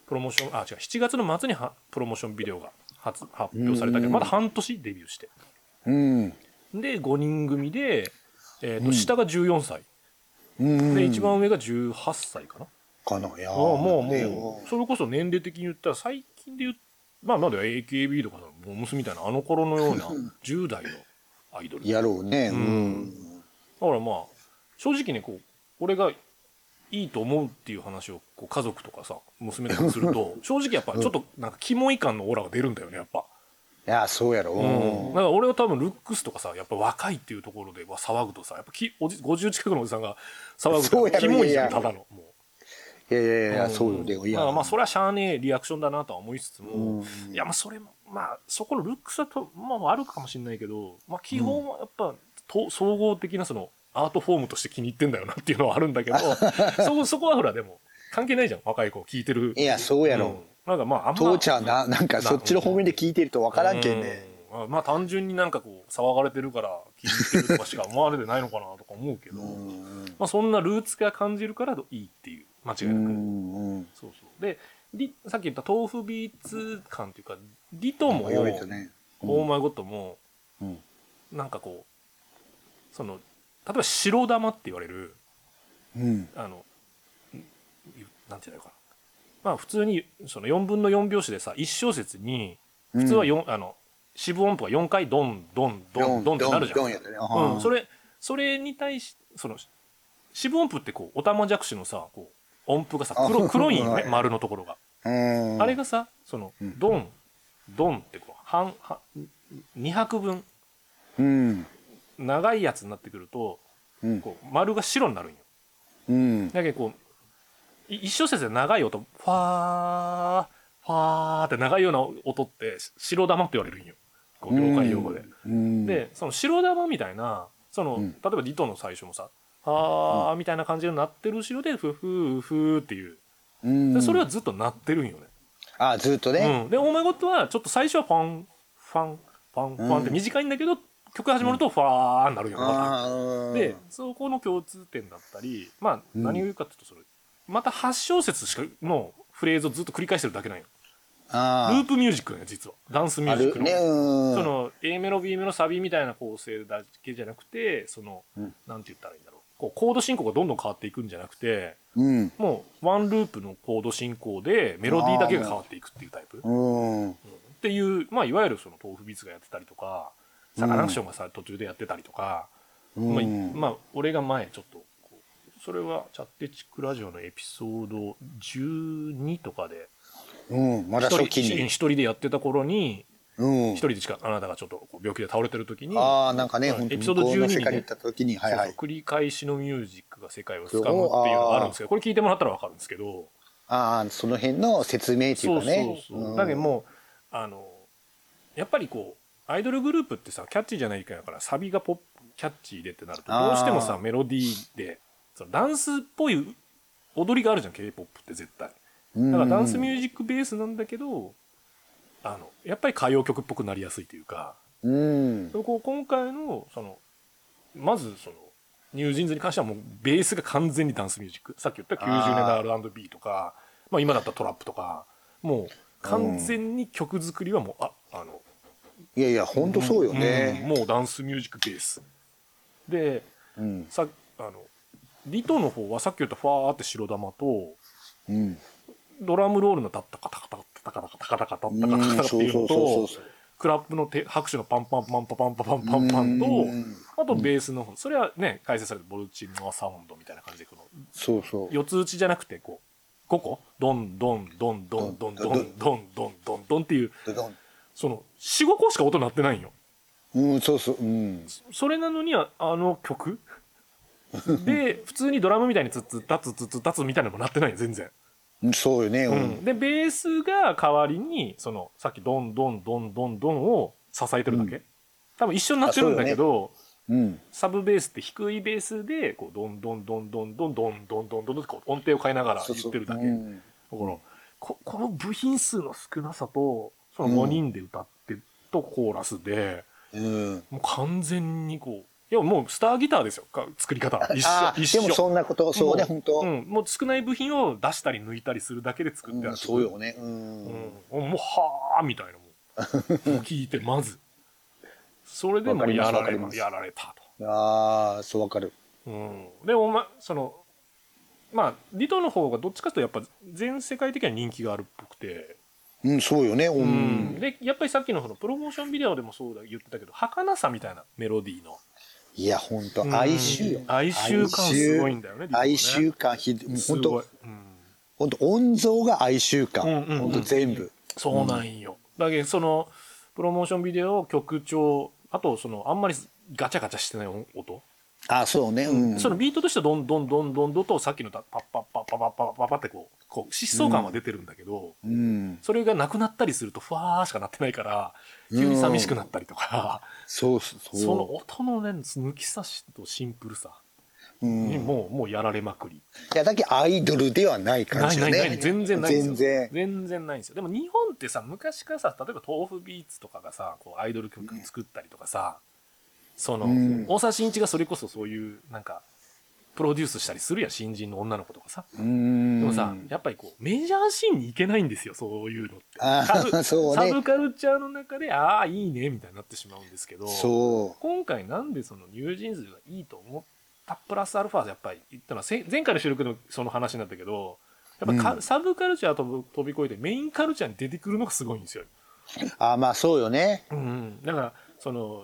S6: プロモーションあ違う7月の末にはプロモーションビデオが発発表されたけど
S7: うん
S6: まだ半年デビューして
S7: うん
S6: で5人組で、えーと
S7: うん
S6: 下が14歳、
S7: うん
S6: で一番上が18歳かな、
S7: かないやー
S6: ああもう
S7: ね
S6: もうそれこそ年齢的に言ったら最近で言うまあまだ AKB とかのモムスみたいなあの頃のような10代のアイドル
S7: やろうねうん、
S6: だからまあ正直ねこう俺がいいと思うっていう話をこう家族とかさ娘とかにする と正直やっぱちょっとなんかキモい感のオーラが出るんだよねやっぱ、
S7: いやそうやろ
S6: うん、だから俺は多分ルックスとかさやっぱ若いっていうところでは騒ぐとさやっぱきおじ50近くのおじさんが騒
S7: そう
S6: ぐ
S7: や
S6: と
S7: ろ
S6: キモいじゃん
S7: いや
S6: た
S7: いや
S6: だのもう
S7: いやいやいや、
S6: ん
S7: そうよでもい
S6: だから
S7: や
S6: まあそれはしゃあねえリアクションだなとは思いつつも、
S7: うん
S6: いやまあそれもまあそこのルックスはと、まあ、あるかもしれないけど、まあ、基本はやっぱ、と総合的なそのアートフォームとして気に入ってんだよなっていうのはあるんだけ どそこそこはほらでも関係ないじゃん若い子聞いてる
S7: いやそうやろ
S6: んなんかまああんま
S7: 父ちゃんななんかそっちの方面で聞いてると分からんけんね、
S6: うあまあ単純になんかこう騒がれてるから気に入ってるとかしか思われてないのかなとか思うけど、
S7: うん
S6: まあ、そんなルーツが感じるからいいっていう間違いなく、
S7: うんうん
S6: そうそうでリさっき言った豆腐ビーツ感っていうかリトも、
S7: 迷えたね
S6: オーマイゴットも
S7: うん
S6: なんかこうその例えば白玉って言われる
S7: うん
S6: あのんなんて言うのかなまあ普通にその4分の4拍子でさ1小節に普通は四あの四分音符が4回ドンドンドンドンってなるじゃん。
S7: ドンやったねあー
S6: うん、それ、それに対し、その、四分音符ってこう、おたまじゃくしのさ、こう、音符がさ、黒、
S7: あ
S6: 黒いんよ
S7: は
S6: ね
S7: い、
S6: 丸のところが。
S7: うん
S6: あれがさ、その
S7: う、ん
S6: ドン、ドンってこう、半、半、2拍分、
S7: うん
S6: 長いやつになってくると、
S7: うん
S6: こう、丸が白になるんよ。
S7: うん
S6: だけどこう、い一小節で長い音、ファー、ファーって長いような音って、し白玉って言われるんよ。こう、業界用語で。
S7: うん
S6: でその白玉みたいなその、
S7: うん
S6: 例えばリトの最初もさ「あー」みたいな感じになってる後ろで「ふふふ」っていう
S7: うん
S6: でそれはずっと鳴ってるんよね。
S7: あずっとね
S6: うん、で「オーマイゴッド」はちょっと最初はファンファンファンファンって短いんだけど、曲始まると「ファー」になるよ、
S7: あー
S6: でそこの共通点だったりまあ
S7: うん
S6: 何を言うかっていうとそれまた8小節しかのフレーズをずっと繰り返してるだけなんよ。ル
S7: あー
S6: ープミュージックだよ実はダンスミュ
S7: あ
S6: ージック
S7: る
S6: の。
S7: ねうん
S6: その A メロ B メロサビみたいな構成だけじゃなくてその、
S7: うん
S6: なんて言ったらいいんだろうこうコード進行がどんどん変わっていくんじゃなくて
S7: うん
S6: もうワンループのコード進行でメロディーだけが変わっていくっていうタイプ、うんっ
S7: うん
S6: ていう、まあ、いわゆるその豆腐ビーツがやってたりとかサカナクションがさ途中でやってたりとか、まあいまあ俺が前ちょっとこうそれはチャッテチックラジオのエピソード12とかで
S7: うんまだ初期
S6: 一人
S7: に
S6: 一人でやってた頃に
S7: うん
S6: 一人でしかあなたがちょっとこう病気で倒れてる時に
S7: ああなんかね
S6: うん
S7: 本当
S6: エ
S7: に
S6: ピソード
S7: 向こうの
S6: 12
S7: 世界に行った時にはいは
S6: そう
S7: い
S6: そう繰り返しのミュージックが世界を掴むっていうのがあるんですけどこれ聞いてもらったら分かるんですけど
S7: ああその辺の説明ってい
S6: そうう
S7: か
S6: そう
S7: ね
S6: そう、
S7: ん
S6: だけどもうあのやっぱりこうアイドルグループってさキャッチーじゃないからサビがポッキャッチーでってなると
S7: あー
S6: どうしてもさメロディーでそのダンスっぽい踊りがあるじゃん k p o p って絶対だからダンスミュージックベースなんだけどあのやっぱり歌謡曲っぽくなりやすいというか
S7: うん
S6: でこう今回のそのまずそのニュージーンズに関してはもうベースが完全にダンスミュージックさっき言った90年代
S7: あ
S6: R&B とかまあ、今だったらトラップとかもう完全に曲作りはもう、ああの
S7: いやいや本当そうよ
S6: うん
S7: ね
S6: もうダンスミュージックベースで
S7: うん
S6: さあのリトの方はさっき言ったファーって白玉と
S7: うん
S6: ドラムロールのタッタカタカタタカタカタカタカタ
S7: う
S6: タカタカタ
S7: ん
S6: って
S7: そう
S6: いう
S7: そ
S6: の
S7: うそう
S6: と
S7: そう
S6: クラップの手拍手のパンパンパンパンパンパンパンパンと
S7: うん
S6: あとベースの方、それはね、解説されたボルチノアサウンドみたいな感じで、この、
S7: そうそう
S6: 四つ打ちじゃなくて、こう、5個ドンドンドンドンドンドンドンドンドンドンっていう、
S7: ドドン
S6: その、4、5個しか音鳴ってないんよ。
S7: うんそうそううん
S6: それなのには、あの 曲で、普通にドラムみたいにツッツッタツツッツッタツみたいなのも鳴ってないよ、全然。
S7: そうよねう
S6: うんん。で、ベースが代わりに、その、さっきドンドンドンドンドンを支えてるだけ。多分一緒になってるんだけど、
S7: うん
S6: サブベースって低いベースでこうどんどんどんどんどんどんどんどんどんどんこう音程を変えながら
S7: そう
S6: 言
S7: そ
S6: っ
S7: う
S6: てるだけ
S7: う
S6: だ
S7: ん
S6: からここの部品数の少なさとその5人で歌ってとコーラスで
S7: うん
S6: もう完全にこういやもうスターギターですよか作り方一緒
S7: ああ
S6: 一緒
S7: でもそんなことそうね
S6: も
S7: 本当
S6: う、ん、もう少ない部品を出したり抜いたりするだけで作ってあ
S7: う
S6: る
S7: んそうよねう
S6: うん
S7: ん
S6: もうはあみたいなもう聞いてまずそれでもや
S7: わ
S6: ら
S7: か
S6: れ
S7: ります
S6: やられたと。
S7: ああそうわかる
S6: うん、でお前そのまあリトの方がどっちかというとやっぱ全世界的には人気があるっぽくて、
S7: うんそうよねう
S6: うん
S7: ん
S6: でやっぱりさっきのそのプロモーションビデオでもそうだ言ってたけど儚さみたいなメロディーの
S7: いや本当
S6: うん
S7: 哀愁よ
S6: 哀愁感すごいんだよね
S7: 哀
S6: リ
S7: 愁感ひど
S6: トねす
S7: 本
S6: ごい
S7: 当、
S6: うん、
S7: 本当音像が哀愁感
S6: うんうんうん
S7: 本当全部
S6: そうなんよ、だけどそのプロモーションビデオ曲調あとそのあんまりガチャガチャしてない音
S7: あそうねうん
S6: そのビートとしてはどんどんどんどんどんとさっきのたパッパッパッパッパッパッパッパッってこうこう疾走感は出てるんだけど、
S7: うん
S6: それがなくなったりすると、ふわーしかなってないから、急に寂しくなったりとか、
S7: そうそう
S6: その音のね、抜き差しとシンプルさ。
S7: うん
S6: にもう、もうやられまくり。
S7: いやだけアイドルではない感
S6: ない
S7: じ
S6: な
S7: よ
S6: い
S7: ね
S6: ない、全然ないんですよ。
S7: 全然
S6: 全然ないんですよ。でも日本ってさ、昔からさ、例えば豆腐ビーツとかがさ、こうアイドル曲作ったりとかさ、その、
S7: うん
S6: 大沢慎一がそれこそそういう、なんか、プロデュースしたりするやん、新人の女の子とかさ。
S7: うん
S6: でもさ、やっぱりこう、メジャーシーンに行けないんですよ、そういうのって。
S7: あ
S6: サブ
S7: あそう
S6: サ
S7: ね
S6: ブカルチャーの中で、ああ、いいね、みたいになってしまうんですけど、
S7: そ
S6: 今回なんでそのニュージーンズがいいと思ったプラスアルファでやっぱり言ったのはせ前回の収録のその話になったけどやっぱか、
S7: うん
S6: サブカルチャーと飛び越えてメインカルチャーに出てくるのがすごいんですよ。
S7: うあまあそうよね
S6: うん、だからその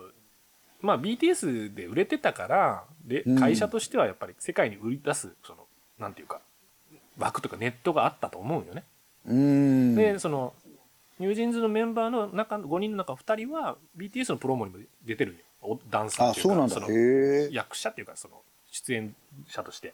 S6: まあ BTS で売れてたからで
S7: うん
S6: 会社としてはやっぱり世界に売り出すそのなんていうか枠とかネットがあったと思うよね。
S7: うん
S6: でそのニュージーンズのメンバーの中の5人の中2人は BTS のプロモにも出てるんよおダンサー
S7: あ
S6: っていうか
S7: そうなんだ
S6: の
S7: へえ
S6: 役者っていうかその出演者として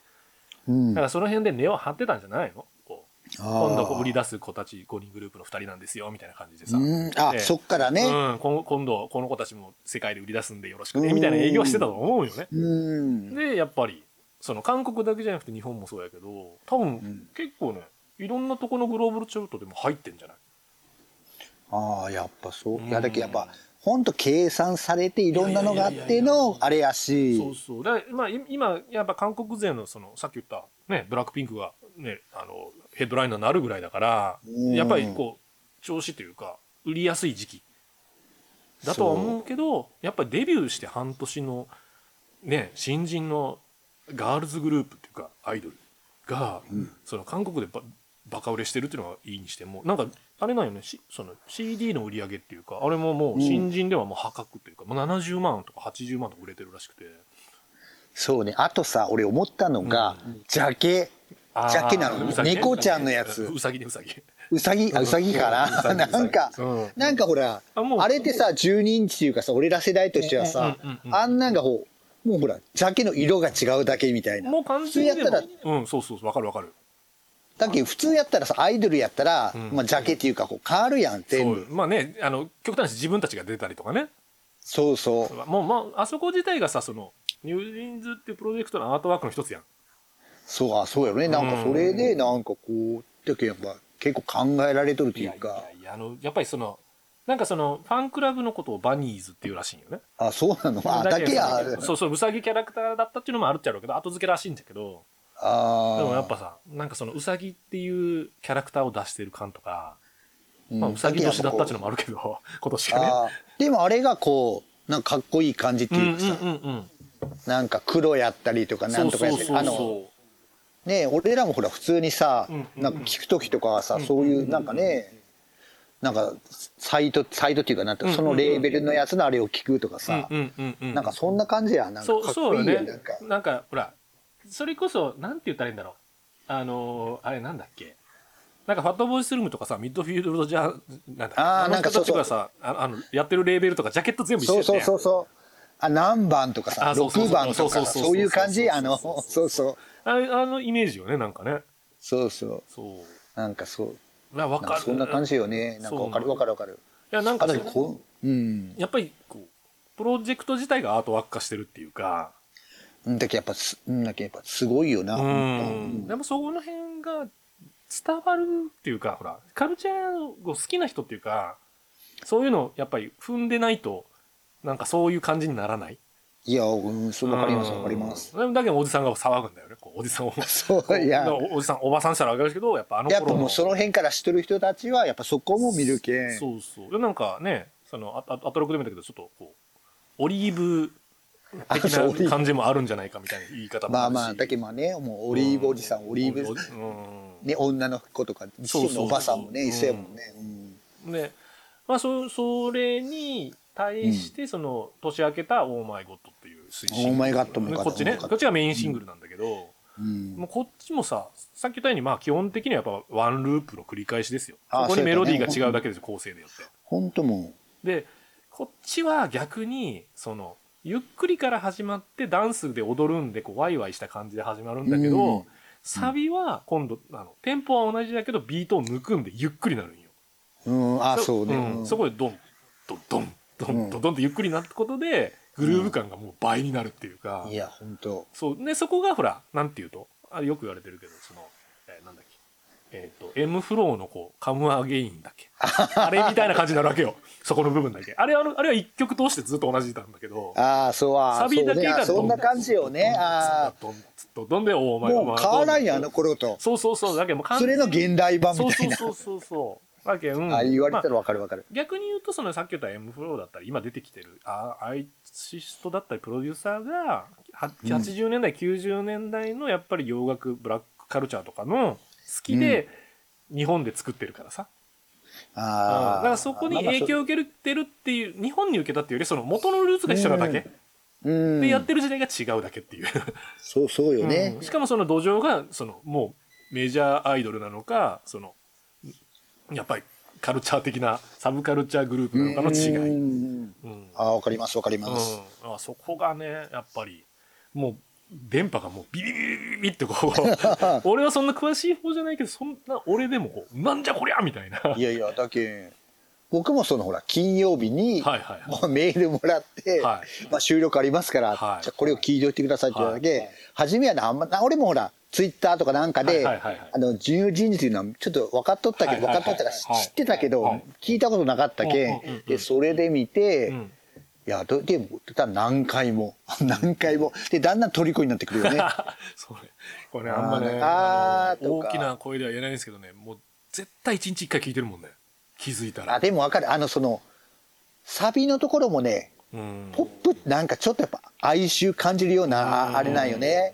S7: うん
S6: だからその辺で根を張ってたんじゃないのこう今
S7: 今
S6: 度こう売り出す子たち5人グループの2人なんですよみたいな感じでさ、
S7: うんあ、
S6: ええ
S7: そっからね
S6: うん、こん今度この子たちも世界で売り出すんでよろしく
S7: う
S6: ね
S7: ん
S6: みたいな営業してたと思うよね
S7: うん
S6: でやっぱりその韓国だけじゃなくて日本もそうやけど多
S7: ん
S6: 分結構ねいろんなとこのグローバルチャートでも入ってんじゃない
S7: ああやっぱそう
S6: うん
S7: いやだけどやっぱほんと計算されていろんなのがあってのあれやし
S6: そうそう。だからまあ、い今、やっぱ韓国勢の、その、さっき言った、ね、ブラックピンクが、ね、あの、ヘッドライナーになるぐらいだから、
S7: うん
S6: やっぱりこう、調子というか、売りやすい時期。だとは思うけど、やっぱりデビューして半年の、ね、新人のガールズグループっていうか、アイドルが、その、韓国でばバカ売れしてるっていうのはいいにしても、なんか、あれなんよね、しその CD の売り上げっていうか、あれももう新人ではもう破格というか、もう70万とか80万とか売れてるらしくて。
S7: そうねあとさ俺思ったのがジャケ
S6: あー
S7: ジャケなの
S6: うさぎね
S7: 猫ちゃんのやつ
S6: うさぎねうさぎ
S7: うさぎあうさぎか
S6: うさ
S7: な
S6: ぎ
S7: なんか
S6: うん
S7: なんかほら
S6: あもう
S7: あれってさ12インチっていうかさ俺ら世代としてはさ
S6: うんうんうんうん
S7: あんなんがほうもうほらジャケの色が違うだけみたいな
S6: もう完全に
S7: 普
S6: で
S7: 通や
S6: も
S7: った
S6: うんそうそうそうわかるわかる
S7: だけど普通やったらさアイドルやったら
S6: ん
S7: まあジャケっていうかこう変わるやん全
S6: そう
S7: 部
S6: まあねあの極端に自分たちが出たりとかね
S7: そうそう
S6: もうまああそこ自体がさそのニュージーンズっていうプロジェクトのアートワークの一つやん
S7: そうあそうやろねなんかそれでなんかこうだけどやっぱ結構考えられとるというか
S6: いやあのやっぱりそのなんかそのファンクラブのことをバニーズっていうらしいんよね
S7: あそうなのあだけや
S6: どそうそううさぎキャラクターだったっていうのもあるっちゃろうけど後付けらしいんだけど
S7: あ
S6: で
S7: ー
S6: もやっぱさなんかそのうさぎっていうキャラクターを出してる感とか
S7: うん
S6: まあ、うさぎ年だったっていうの
S7: だ
S6: もあるけど、 今年
S7: けやっ
S6: が
S7: ぱこうあーでもあれがこうなんかかっこいい感じって
S6: ね。
S7: いうかさ、
S6: うん。
S7: なんか黒やったりとかなんとかやったりあのね俺らもほら普通にさ、
S6: うんうん
S7: なんか聞く時とかはさ、そういうなんかね、なんかサイトサイトっていうかなんていうかそのレーベルのやつのあれを聞くとかさ、
S6: うんうんうん。
S7: なんかそんな感じやなんか
S6: そ
S7: か
S6: う、
S7: っ
S6: そ
S7: こ
S6: う
S7: い
S6: よ
S7: いよ
S6: ね
S7: なんか。
S6: なんか、ほら、それこそ、なんて言ったらいいんだろう。あのー、あれなんだっけ。なんか、ファットボーイスルームとかさ、ミッドフィールドじゃ、なんだっけ
S7: あー
S6: あ
S7: な
S6: の
S7: んか
S6: 人
S7: そ
S6: た
S7: う
S6: ち
S7: そう
S6: がさ、ああの、やってるレーベルとか、ジャケット全部一緒
S7: そう
S6: やった
S7: そう
S6: やん
S7: そうそう。あ何番とかさ、
S6: あそうそう
S7: 六
S6: そう
S7: 番と
S6: そ
S7: か
S6: うそうそう
S7: そういう感じ、あの、
S6: そう
S7: そ
S6: そう
S7: そう、
S6: あれあのイメージよね、なんかね。
S7: そうそう、
S6: そう。
S7: なんかそう、
S6: な、わ
S7: なん
S6: か
S7: か
S6: る。
S7: そんな感じよね。なんかわかる
S6: そう
S7: わかるわかる。
S6: いや、なん
S7: あ
S6: か
S7: と
S6: そ
S7: ね
S6: う、
S7: こう、うん、
S6: やっぱり、こう、プロジェクト自体がアートワーク化してるっていうか、
S7: うんだけどやっぱす、うんだけどやっぱすごいよな。
S6: うん、でもそこの辺が伝わるっていうかほらカルチャーを好きな人っていうかそういうのをやっぱり踏んでないとなんかそういう感じにならない
S7: いや、うん、そうわかります
S6: うん
S7: わかります。
S6: でもだけどおじさんが騒ぐんだよねこうおじさんを
S7: そう いや。
S6: おじさんおばさんしたらわかるけどやっぱあの
S7: や
S6: 頃
S7: っ
S6: の
S7: ぱもうその辺から知っとる人たちはやっぱそこも見るけん
S6: そうそうでなんかねそのああアトロックでも言ったけどちょっとこうオリーブ
S7: あ
S6: 的
S7: そうオリーブ
S6: な感じもあるんじゃないかみたいな言い方も
S7: ま
S6: あ
S7: あ
S6: るし
S7: まあだけどまあねもうオリーブおじさん、オリーブ
S6: おじうん
S7: ね女の子とか自身のおばさんもね
S6: そうそ
S7: 一
S6: う
S7: 緒
S6: そう
S7: やもんね、うん、
S6: で、まあ、そそれに対してその年明けた「オーマイゴッド」っていう推進
S7: オーマイガッドもよかった
S6: こっちね
S7: よかった
S6: こっちがメインシングルなんだけど、
S7: うん
S6: もうこっちもささっき言ったようにまあ基本的にはやっぱワンループの繰り返しですよ
S7: あ
S6: そこ
S7: そ
S6: に
S7: うだ
S6: メ
S7: よね
S6: ロディーが違うだけですよ構成でよって
S7: 本当も
S6: でこっちは逆にそのゆっくりから始まってダンスで踊るんでこうワイワイした感じで始まるんだけど、
S7: うん
S6: サビは今度あのテンポは同じだけどビートを抜くんでゆっくりなるんよ
S7: う、うん、あそうね、
S6: ん
S7: うん
S6: そこでドンドンドンドンドンドンってゆっくりなったことでグルーヴ感がもう倍になるっていうか、
S7: いや、本当
S6: そうねそこがほらなんていうとあよく言われてるけどその、えーなんだっけえっ、と M フローのこうカムアゲインだっけあれみたいな感じになるわけよそこの部分だけあれあのあれは一曲通してずっと同じなんだけど
S7: ああ、そうは。
S6: サビだけ
S7: そうね
S6: が
S7: あそんな感じよね。あ
S6: どんどんどんでおお
S7: あ。
S6: 前
S7: もう変わらんやん、あの頃と。
S6: そうそうそうだけどもう完
S7: そ
S6: 全
S7: れ
S6: に
S7: の現代版
S6: そう
S7: みた
S6: そ
S7: いうな。
S6: そうそうそうだけど、うん
S7: ああ、言われた
S6: ま
S7: らわかるわかる。
S6: 逆に言うとそのさっき言った M フローだったり今出てきてるあアーティストだったりプロデューサーがは
S7: うん
S6: 80年代、90年代のやっぱり洋楽ブラックカルチャーとかの好きで、日本で作ってるからさ
S7: ああ。
S6: だからそこに影響を受けてるっていう日本に受けたっていうよりその元のルーツが一緒なだけ、
S7: うん
S6: でやってる時代が違うだけっていう、
S7: そうそうよね
S6: うん。 しかもその土壌がそのもうメジャーアイドルなのかそのやっぱりカルチャー的なサブカルチャーグループなのかの違い。
S7: い。
S6: うん
S7: ああ、わかりますわかります。
S6: うん、あそこがねやっぱりもう電波がもうビリビリビリビリってこ う俺はそんな詳しい方じゃないけどそんな俺でもこうなんじゃこりゃみたいなはい
S7: いやいや、だけん僕もそのほら、金曜日に、
S6: はいは
S7: まあメールもらって、
S6: は
S7: まあ、収録ありますから、
S6: はい
S7: じゃあこれを聞いておいてくださいって言うだけ、初めはなあんまな俺もほらツイッターとかなんかで、
S6: はいはいはいはい
S7: あの自由人事というのはちょっと分かっとったけど、
S6: はいはいはい
S7: 分かっとったから
S6: はい
S7: 知ってたけど、
S6: はい
S7: 聞いたことなかったけ、
S6: うん
S7: ん
S6: うんうんうん
S7: でそれで見て、
S6: い、う
S7: い
S6: ん、
S7: やどでもだ何回も 何回もでだんだん虜になってくるよね
S6: それこれねあんまね
S7: あー
S6: あの
S7: とか
S6: 大きな声では言えないんですけどねもう絶対一日一回聞いてるもんね気づいた
S7: あ
S6: ら、
S7: でも分かるあのそのサビのところもね
S6: うん、
S7: ポップなんかちょっとやっぱ哀愁感じるようなああれなんよね、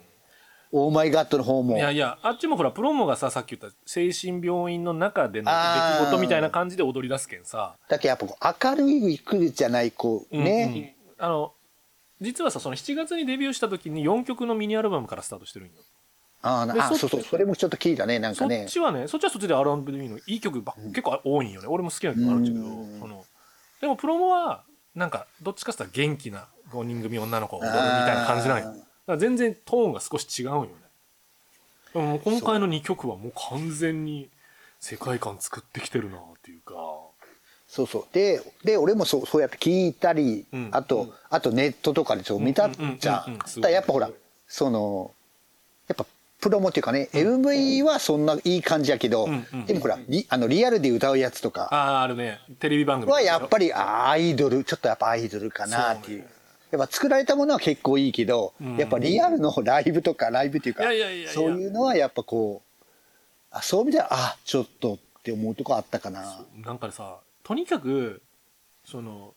S7: オーマイガッドの方も
S6: いやいやあっちもほらプロモがささっき言った精神病院の中での
S7: あー
S6: 出来事みたいな感じで踊り出すけんさ
S7: だけどやっぱこう明るいくじゃないこうね、
S6: うんうんあの実はさその7月にデビューした時に4曲のミニアルバムからスタートしてるんよ、
S7: あ
S6: で
S7: ああ
S6: そ
S7: そう
S6: っ
S7: そうそれもちょっと聞いたねなん
S6: そ
S7: か
S6: っ
S7: ね
S6: ちはねそっちはそっちで R&B のいい曲ばっ結構多いんよね俺も好きな曲あるんだけど、
S7: うん
S6: そのでもプロモはなんかどっちかっていうと元気な5人組女の子が踊るみたいな感じなんよ
S7: あ
S6: だ
S7: ー
S6: から全然トーンが少し違うんよねでももう今回の2曲はもう完全に世界観作ってきてるなっていうか
S7: そうそうでで俺もそうそうやって聞いたり、
S6: うん
S7: あと、あとネットとかでちょっと見たじゃ
S6: うんうんうんうんうん
S7: ん
S6: すごい
S7: だからやっぱほらそのやっぱプロモっていうかね、MV はそんないい感じやけど、
S6: んうん
S7: でもほらリあのリアルで歌うやつとか
S6: あああるねテレビ番組
S7: はやっぱりあアイドルちょっとやっぱアイドルかなっていうやっぱ作られたものは結構いいけど、
S6: うん
S7: やっぱリアルのライブとかライブっていうか
S6: いやいやいやいや
S7: そういうのはやっぱこうあそうみたいなあちょっとって思うとこあったかな
S6: なんかさとにかくその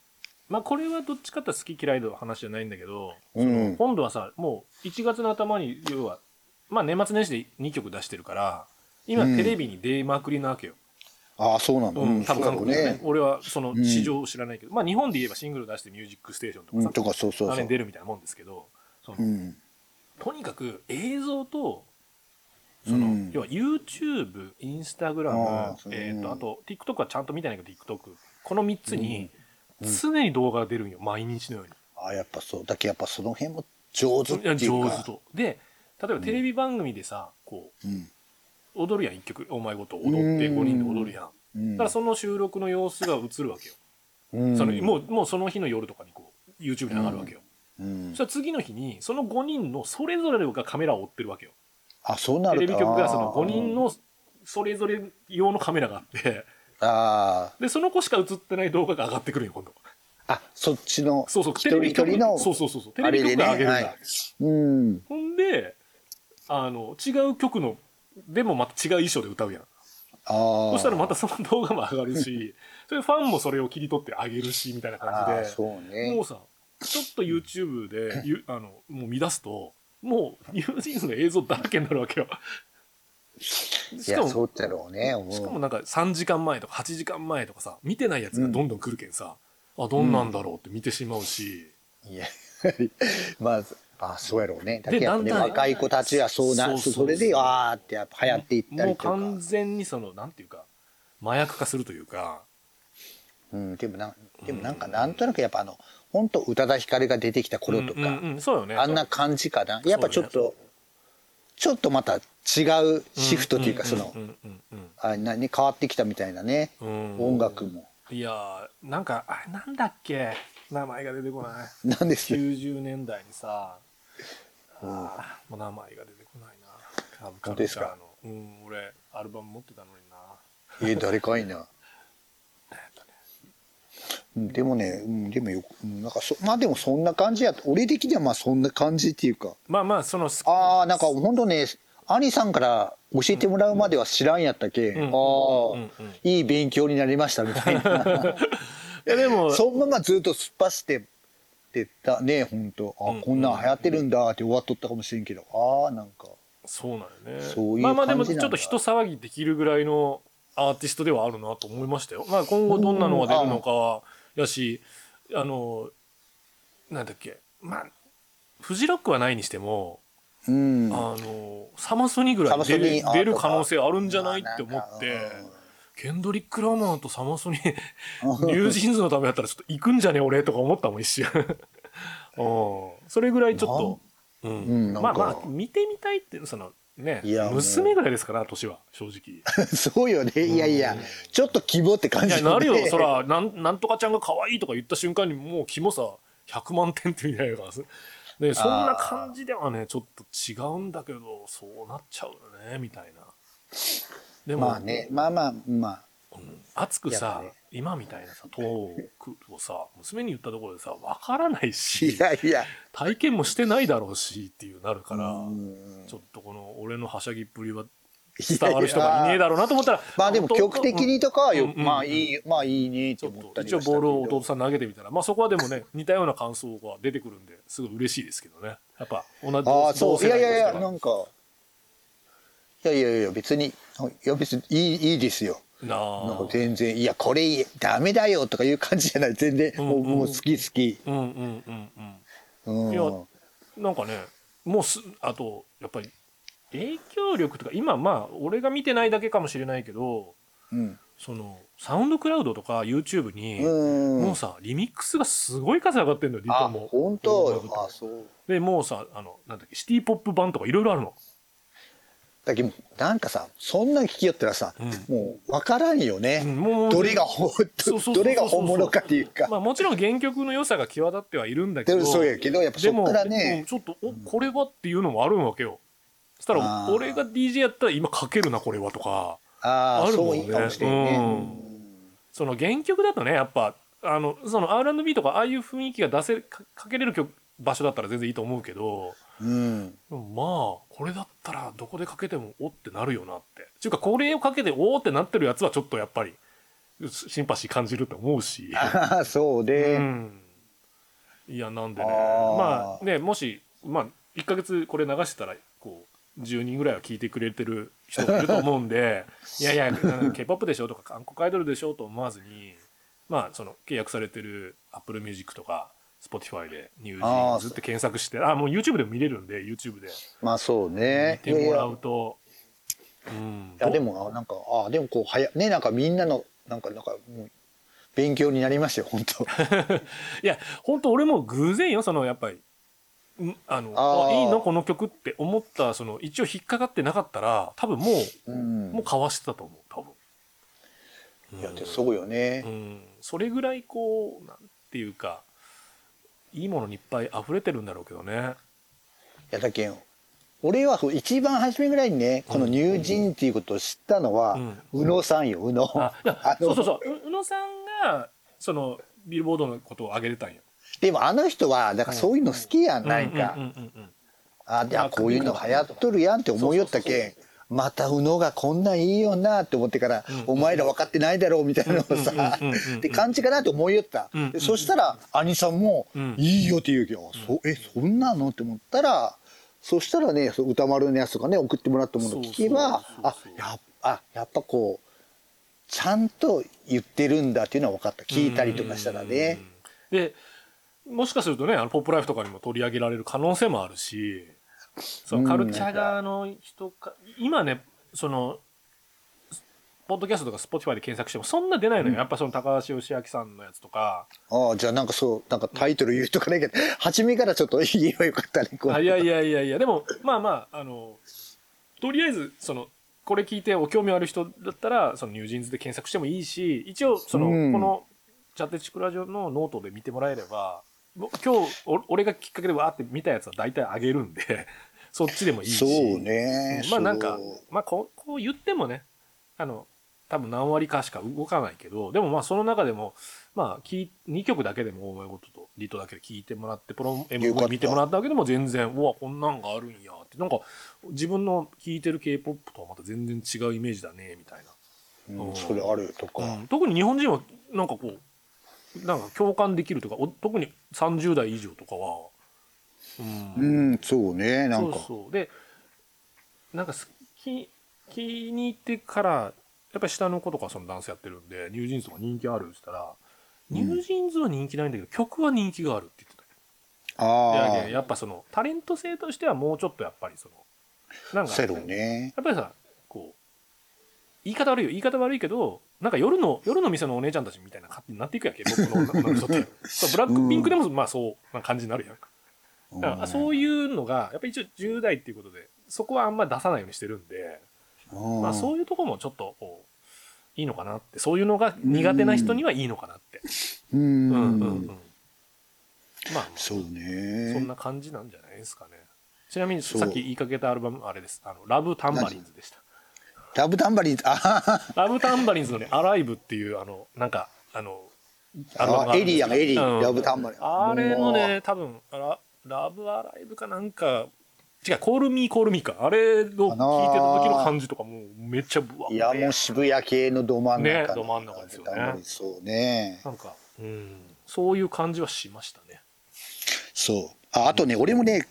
S6: まあこれはどっちかっていうと好き嫌いの話じゃないんだけど、
S7: うん
S6: 今度はさもう1月の頭に要はまあ年末年始で2曲出してるから今
S7: うん
S6: テレビに出まくりなわけよ、
S7: あそうなの、
S6: うん多分
S7: そうだ
S6: 韓
S7: ろう
S6: 国でね
S7: ね
S6: 俺はその
S7: ん
S6: 市場を知らないけど、まあ日本で言えばシングル出して「ミュージックステーション」とか
S7: う
S6: さ、
S7: んとかそうそう
S6: あ
S7: そ
S6: れ
S7: う
S6: に出るみたいなもんですけどその、
S7: うん
S6: とにかく映像とその、
S7: うん
S6: 要は YouTube、Instagram
S7: あー、そう
S6: えーとあと TikTok はちゃんと見てないけど TikTok この3つに常に動画が出るんよ、毎日のように。
S7: あやっぱそうだけどやっぱその辺も上手っ
S6: いや
S7: ていう
S6: 上
S7: か
S6: 手と。で例えばテレビ番組でさこ
S7: うん
S6: う踊るやん1曲「お前ごと」踊って
S7: うん
S6: 5人で踊るやん。
S7: うん
S6: だからその収録の様子が映るわけよ。
S7: うん
S6: そのもうもうその日の夜とかにこう YouTube に上がるわけよ。
S7: うん
S6: そしたら次の日にその5人のそれぞれがカメラを追ってるわけよ。
S7: あそうな
S6: テ
S7: る
S6: レビ局がその5人
S7: の
S6: のそれぞれ用のカメラがあって
S7: あ
S6: でその子しか映ってない動画が上がってくるよ今度
S7: ーあそっちの
S6: そうそう
S7: 一
S6: テ
S7: 人
S6: レビ
S7: 一
S6: 局
S7: 人の
S6: そうそうそうそうテ
S7: あ
S6: レ
S7: れ
S6: ビ局
S7: でね
S6: が上げるんだ、
S7: はいうん
S6: ほんであの違う曲のでもまた違う衣装で歌うやん
S7: ああ
S6: そしたらまたその動画も上がるしそれファンもそれを切り取ってあげるしみたいな
S7: あ
S6: 感
S7: ー
S6: じで
S7: そうね
S6: もうさちょっと YouTube でゆあのもう見出すともうニュージーンズの映像だらけになるわけよ
S7: い
S6: しか
S7: や
S6: も
S7: そうだろうね
S6: しかも
S7: うん
S6: なんか3時間前とか8時間前とかさ見てないやつがどんどん来るけんさ、あどんなんだろうって見てしまうし、
S7: いや まああそうやろうねだ
S6: で
S7: けどやっぱね
S6: だんだん
S7: 若い子たちはそうな
S6: そうそう
S7: それであーってやっぱ流行っていった
S6: も
S7: り
S6: う
S7: とか
S6: 完全にそのなんていうか麻薬化するというか
S7: うんでもなんでもなんかなんとなくやっぱあの本当宇多田ヒカルが出てきた頃と
S6: うんうん
S7: か
S6: うんそうよね
S7: あんな感じかなやっぱちょっとちょっとまた違うシフトというかその
S6: うんうんうん
S7: あなね変わってきたみたいなね
S6: うん
S7: 音楽も
S6: いやーなんかあれなんだっけ名前が出てこない。
S7: なんです
S6: 90年代にさ、あーもう名前が出てこないな。カーブカルチャーの。うん、俺、アルバム持ってたのにな。
S7: え、誰かいな。うんでもね、うん、でもよく、うんなんかそ、まあでもそんな感じや、俺的にはまあそんな感じっていうか、
S6: まあまあ、その、す
S7: ああ、なんか本当ね、兄さんから教えてもらうまでは知らんやったけ、ああ、
S6: うん
S7: いい勉強になりましたみたい な。
S6: いやでも、
S7: そのままずっと突っ走ってってたね、本当あ、
S6: うん
S7: こんなん流行ってるんだって終わっとったかもしれんけど、ああ、なんか、
S6: そうなんよね。
S7: そういう
S6: まあまあでもち
S7: 感じ
S6: ょ
S7: な
S6: っ
S7: んだ
S6: と人騒ぎできるぐらいのアーティストではあるなと思いましたよ。まあ今後どんなのが出るのかはやし、あの、なんだっけ、まあ、フジロックはないにしても、
S7: うん。
S6: あの、サマソニぐらい出
S7: サマソニ
S6: る
S7: あー
S6: 出る
S7: とか
S6: 可能性あるんじゃないって思って
S7: まあなんか、
S6: ケンドリック・ラーマーとサマソニ、ニュージーンズのためだったらちょっと行くんじゃね俺とか思ったもん一 瞬。うんそれぐらいちょっと。うん
S7: うんなん
S6: ま
S7: か
S6: あまあ見てみたいってそのね
S7: いやもう
S6: 娘ぐらいですから年は正直
S7: そうよね。 いやいや、ちょっと希望って
S6: い
S7: 感じ
S6: や
S7: だね
S6: なる よそらなんなんとかちゃんが可愛いとか言った瞬間にもう肝さ100万点ってみたいなからすねそんな感じではねちょっと違うんだけどそうなっちゃうよねみたいなでも、
S7: まあね、まあまあ、まあ。
S6: 熱くさ、
S7: やっぱね
S6: 今みたいなさトークをさ娘に言ったところでさわからない
S7: い
S6: し
S7: やいや。
S6: 体験もしてないだろうしっていうなるから、
S7: うん
S6: ちょっとこの俺のはしゃぎっぷりは伝わる人がいねえだろうなと思ったら、
S7: まあでも
S6: 弟
S7: 曲的にとかはよ、
S6: うんうんうん
S7: まあいい、まあいいねっ
S6: ち
S7: て
S6: ょ
S7: 思っ
S6: ったと
S7: り
S6: 一応
S7: はした
S6: ボー
S7: け
S6: ルを
S7: ど
S6: 弟。さん投げてみたら、まあそこはでも ね、似たような感想が出てくるんで、すごい嬉しいですけどね。やっぱ同じ
S7: あ
S6: 同
S7: あ、そ
S6: 同
S7: う。
S6: 世
S7: い
S6: 代の人
S7: やいやいや、
S6: が
S7: なんか。いやいやいや、別に、いや別にいい、いいですよ。
S6: なあ
S7: なんか全然、いや、これいい、ダメだよとかいう感じじゃない。全然、
S6: ん
S7: もう、もう好き好き。
S6: うんうんうん
S7: うん。
S6: いやうん。なんかね、もうす、あと、やっぱり、影響力とか、今まあ、俺が見てないだけかもしれないけど、
S7: うん。
S6: その、サウンドクラウドとか YouTube に、
S7: うん
S6: もうさ、リミックスがすごい数上がってんだよ、リ
S7: あ、
S6: トも。
S7: 本
S6: 音
S7: 当
S6: 楽と
S7: あ、そう。
S6: で、もうさ、あの、なんだっけ、シティポップ版とかいろいろあるの。
S7: だけどなんかさそんなん聞きよったらさ、もう分からんよね、
S6: うんもう
S7: どれが本
S6: そうそうそうそう
S7: どれが本物かっていうか、
S6: まあもちろん原曲の良さが際立ってはいるんだけど。
S7: でもそうやけどやっぱそっからね
S6: でもうんちょっと、お、これはっていうのもあるわけよ。そした
S7: あ
S6: ら、
S7: ー
S6: 俺が DJ やったら今書けるな、これはとか。
S7: あ
S6: あ
S7: あ
S6: る
S7: そ
S6: もん
S7: う
S6: ね
S7: いいかもしれんね、
S6: うんその原曲だとね、やっぱ、あの、その R&B とかああいう雰囲気が出せ、かかけれる曲、場所だったら全然いいと思うけど、
S7: うん
S6: でもまあ、これだったらどこでかけてもおってなるよなって。ちゅうか、これをかけておーってなってるやつはちょっとやっぱり、シンパシー感じると思うし。
S7: ああ そうで、
S6: うんいやなんでね
S7: あ
S6: ま
S7: ー
S6: あねもしまあ1ヶ月これ流してたらこう10人ぐらいは聞いてくれてる人がいると思うん でいやいや k p o p でしょとか韓国アイドルでしょと思わずにまあその契約されてる Apple Music とか Spotify で「ニュージーンズ」って検索してあもう YouTube でも見れるんで YouTube で
S7: まあそう
S6: 見
S7: ね
S6: てもら
S7: いう
S6: と。うん
S7: やいやいやでもあなんかあでもこうはやねなんかみんなのなんかなんかもう勉強になりましたよ本 当
S6: いや本当俺も偶然よそのやっぱりんあの
S7: あ
S6: あ
S7: ー
S6: いいのこの曲って思ったその一応引っかかってなかったら多分もう、
S7: うん
S6: もう交わしてたと思う多分、
S7: いやってそうよね、
S6: うん、それぐらいこうなんていうかいいものにいっぱい溢れてるんだろうけどね
S7: いやだけん俺は一番初めぐらいにねこのニュージーンっていうことを知ったのは、
S6: ん
S7: 宇野さんよ宇野
S6: あいや
S7: の
S6: そうそうそうう宇野さんがそのビルボードのことを挙げれたんよ
S7: でもあの人はだからそういうの好きやんないか、
S6: うんうんうんうん
S7: あであこういうの流行っとるやんって思いよったけんまた宇野がこんなんいいよなって思ってから、お前ら分かってないだろうみたいなのをさ、
S6: うんうんうんうん
S7: って感じかなって思いよった、
S6: んうん
S7: でそしたら兄さんも「
S6: ん
S7: いいよ」って言うけど、そえそんなのって思ったらそしたらねそう歌丸のやつとかね送ってもらったものを聞け
S6: そうそ
S7: ば
S6: うそうそう
S7: あやっあやっぱこうちゃんと言ってるんだっていうのは分かった聞いたりとかしたらね。
S6: でもしかするとねあのポップライフとかにも取り上げられる可能性もあるしそのカルチャー側の人か、今ねそのポッドキャストとか Spotify で検索してもそんな出ないのよ、やっぱその高橋義明さんのやつとか
S7: ああ、じゃあなんかそう、なんかタイトル言うとかね けど、初めからちょっと言えばよかったね、こ
S6: あ
S7: れ
S6: いやいやいやいやでもまあまああのとりあえずそのこれ聞いてお興味ある人だったらそのニュージーンズで検索してもいいし一応その、
S7: うん
S6: このチャテチクラジオのノートで見てもらえれば、もう今日お、俺がきっかけでわーって見たやつは大体あげるんで、 そっちでもいいし。
S7: そうね
S6: うんまあなんか
S7: そう、
S6: まあこうこう言ってもね、あの、多分何割かしか動かないけど、でもまあその中でも、まあ聞い、2曲だけでも、お前ごととリトだけで聞いてもらって、プロ
S7: よかっ
S6: MV
S7: た
S6: 見てもらっただけでも全然、うわ、こんなんがあるんやって、なんか自分の聞いてる K-POP とはまた全然違うイメージだね、みたいな。う
S7: う、
S6: んん
S7: それあるとか、
S6: うん特に日本人はなんかこうなんか共感できるというかお特に30代以上とかは、うん
S7: うん、そうね、なんか。
S6: そうそうでなんか好き気に入ってからやっぱり下の子とかはそのダンスやってるんでニュージーンズとか人気あるって言ったら、
S7: うん
S6: ニュージーンズは人気ないんだけど曲は人気があるって言ってた
S7: あ
S6: でやっぱそのタレント性としてはもうちょっとやっぱりそのなん
S7: あ、
S6: か
S7: セロね。
S6: やっぱりさ、こう、言い方悪いよ、言い方悪いけど、なんか夜の、夜の店のお姉ちゃんたちみたいな感じになっていくやんけ、僕の女女の人 って。そうブラックピンクでも、まあそうな感じになるやん。だからそういうのが、やっぱり一応10代っていうことで、そこはあんま出さないようにしてるんで、
S7: うん、
S6: まあそういうとこもちょっと、こう、いいのかなって、そういうのが苦手な人にはいいのかなって。
S7: う、
S6: うんんうん
S7: う
S6: うん。
S7: ん、
S6: まあ、
S7: そう
S6: そん
S7: ね。
S6: な感じなんじゃないですかね。ちなみに
S7: そう
S6: さっき言いかけたアルバム、あれです。あの、ラブタンバリンズでした。
S7: ラブタンバリン、あはは
S6: ラブタンバリンズのね、アライブっていう、あの、なんか、あの、アルバムが
S7: あ
S6: あ
S7: エ
S6: るんです
S7: リ
S6: よ
S7: ーやん、エリー、
S6: うん
S7: ラブタンバリン。
S6: あれの
S7: もう
S6: ね、多分ラ、ラブアライブかなんか、違う、コールミーコールミーか。あれを聞いてた時の感じとか、もうめっちゃぶわ
S7: いや、もう渋谷系のど真ん中の。
S6: ねど真ん中ですよね
S7: ラブタンバリンそうね。
S6: なんか、うん、そういう感じはしましたね。
S7: そう。ああとね、俺もね、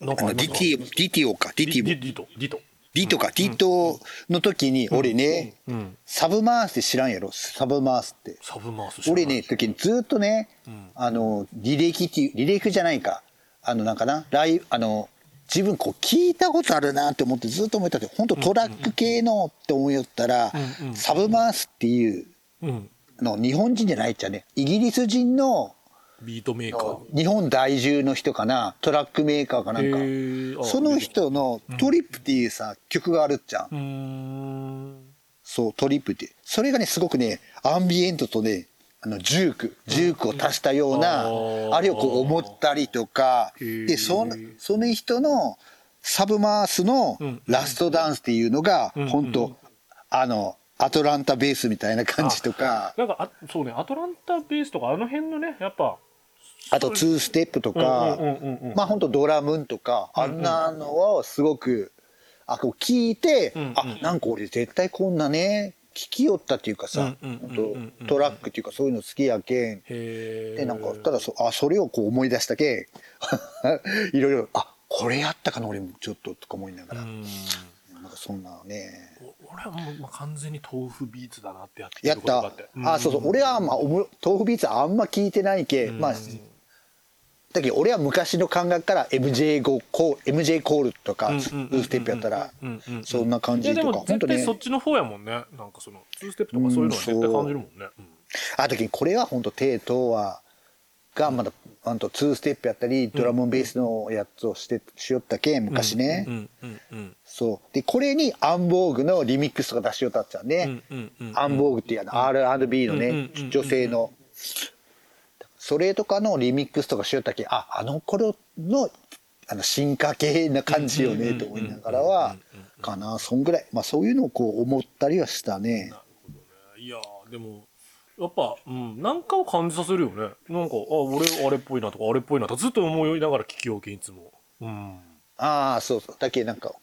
S7: あ
S6: なんかあ
S7: の
S6: りま
S7: デ
S6: すか
S7: ィティ、ディティオか、ディテ
S6: ディデ
S7: ィ
S6: ィディト、ディト。
S7: ディトか、ディトの時に、俺ね、
S6: うん。
S7: サブマースって知らんやろ、サブマースって。
S6: サブマース知らない
S7: 俺ね、、時にずっとね、
S6: うん
S7: あの、履歴っていう、履歴じゃないか。あの、なんかな、ライブ、あの、自分こう聞いたことあるなって思ってずっと思ってたけど、本当トラック系のって思いよったら、
S6: うんうん
S7: サブマースっていう
S6: うん。
S7: の、日本人じゃないっちゃね、イギリス人の
S6: ビートメーカー。
S7: 日本在住の人かな、トラックメーカーかな
S6: へ
S7: んか。
S6: ーあ
S7: その人のトリップっていうさ、曲があるじゃん
S6: う。ーん。
S7: そう、トリップって。それがね、すごくね、アンビエントとね、あの、ジューク、ジュークを足したような、
S6: うん
S7: あれをこう思ったりとか、
S6: へー
S7: で、その、その人のサブマースの
S6: うん
S7: ラストダンスっていうのが、
S6: うん
S7: 本当、あの、アトランタベースみたいな感じとか、
S6: なんか、あそうね、アトランタベースとか、あの辺のね、やっぱ、
S7: あとツーステップとか、
S6: うんうんうんうんうん
S7: まあ本当ドラムンとか、あんなのはすごく、あ、こう聞いて、
S6: うんうん
S7: あ、なんか俺絶対こんなね、聞きよったっていうかさ、
S6: うんうんうんうん
S7: 本当トラックっていうかそういうの好きやけん。
S6: へ
S7: で、なんか、た
S6: だ、
S7: だそ、あ、それをこう思い出したけん、い ろいろ、あ、これやったかな、俺もちょっと、とか思いなが
S6: う
S7: ら、
S6: ん、
S7: なんかそんなね。
S6: お俺はもうまあ完全に豆腐ビーツだなってやって
S7: やっ
S6: ことが
S7: た
S6: あて。
S7: あ、そうそう。俺は、まあ、おも豆腐ビーツあんま聞いてないけ、
S6: ん
S7: まあ、だけど俺は昔の感覚から MJ コール、MJ コールとか、
S6: うんうん
S7: ツ
S6: うんうんうん
S7: ーステップやったら
S6: うんうんう、ん
S7: そんな感
S6: いや
S7: じ
S6: で
S7: と
S6: も
S7: か、本
S6: 絶
S7: 当
S6: 対
S7: ね
S6: そ。っちの方やもんね。なんかその、ツーステップとかそういうのは絶対感じるもんね。
S7: あ、だけどこれは本当テイトは、がまだ、あとツーステップやったり、ドラムンベースのやつをして、しよったけ、昔ね。
S6: うんうんうん
S7: そう。で、これにアンボーグのリミックスとか出しようたっちゃうね。
S6: うんうんうん
S7: アンボーグっていうあの R&B の
S6: う
S7: ね
S6: んうんうん、
S7: 女性の。それとかのリミックスとかしよったっけ、あ、あの頃の、あの、進化系な感じよね、と思いながらは、かな、そんぐらい。まあ、そういうのをこう思ったりはしたね。
S6: いやーでも、やっぱ、うん、なんかを感じさせるよね。なんか、あ、俺あれっぽいなとか、あれっぽいなとかずっと思いながら聞きようけん、いつも。うん。
S7: ああ、そうそう。だけなんか、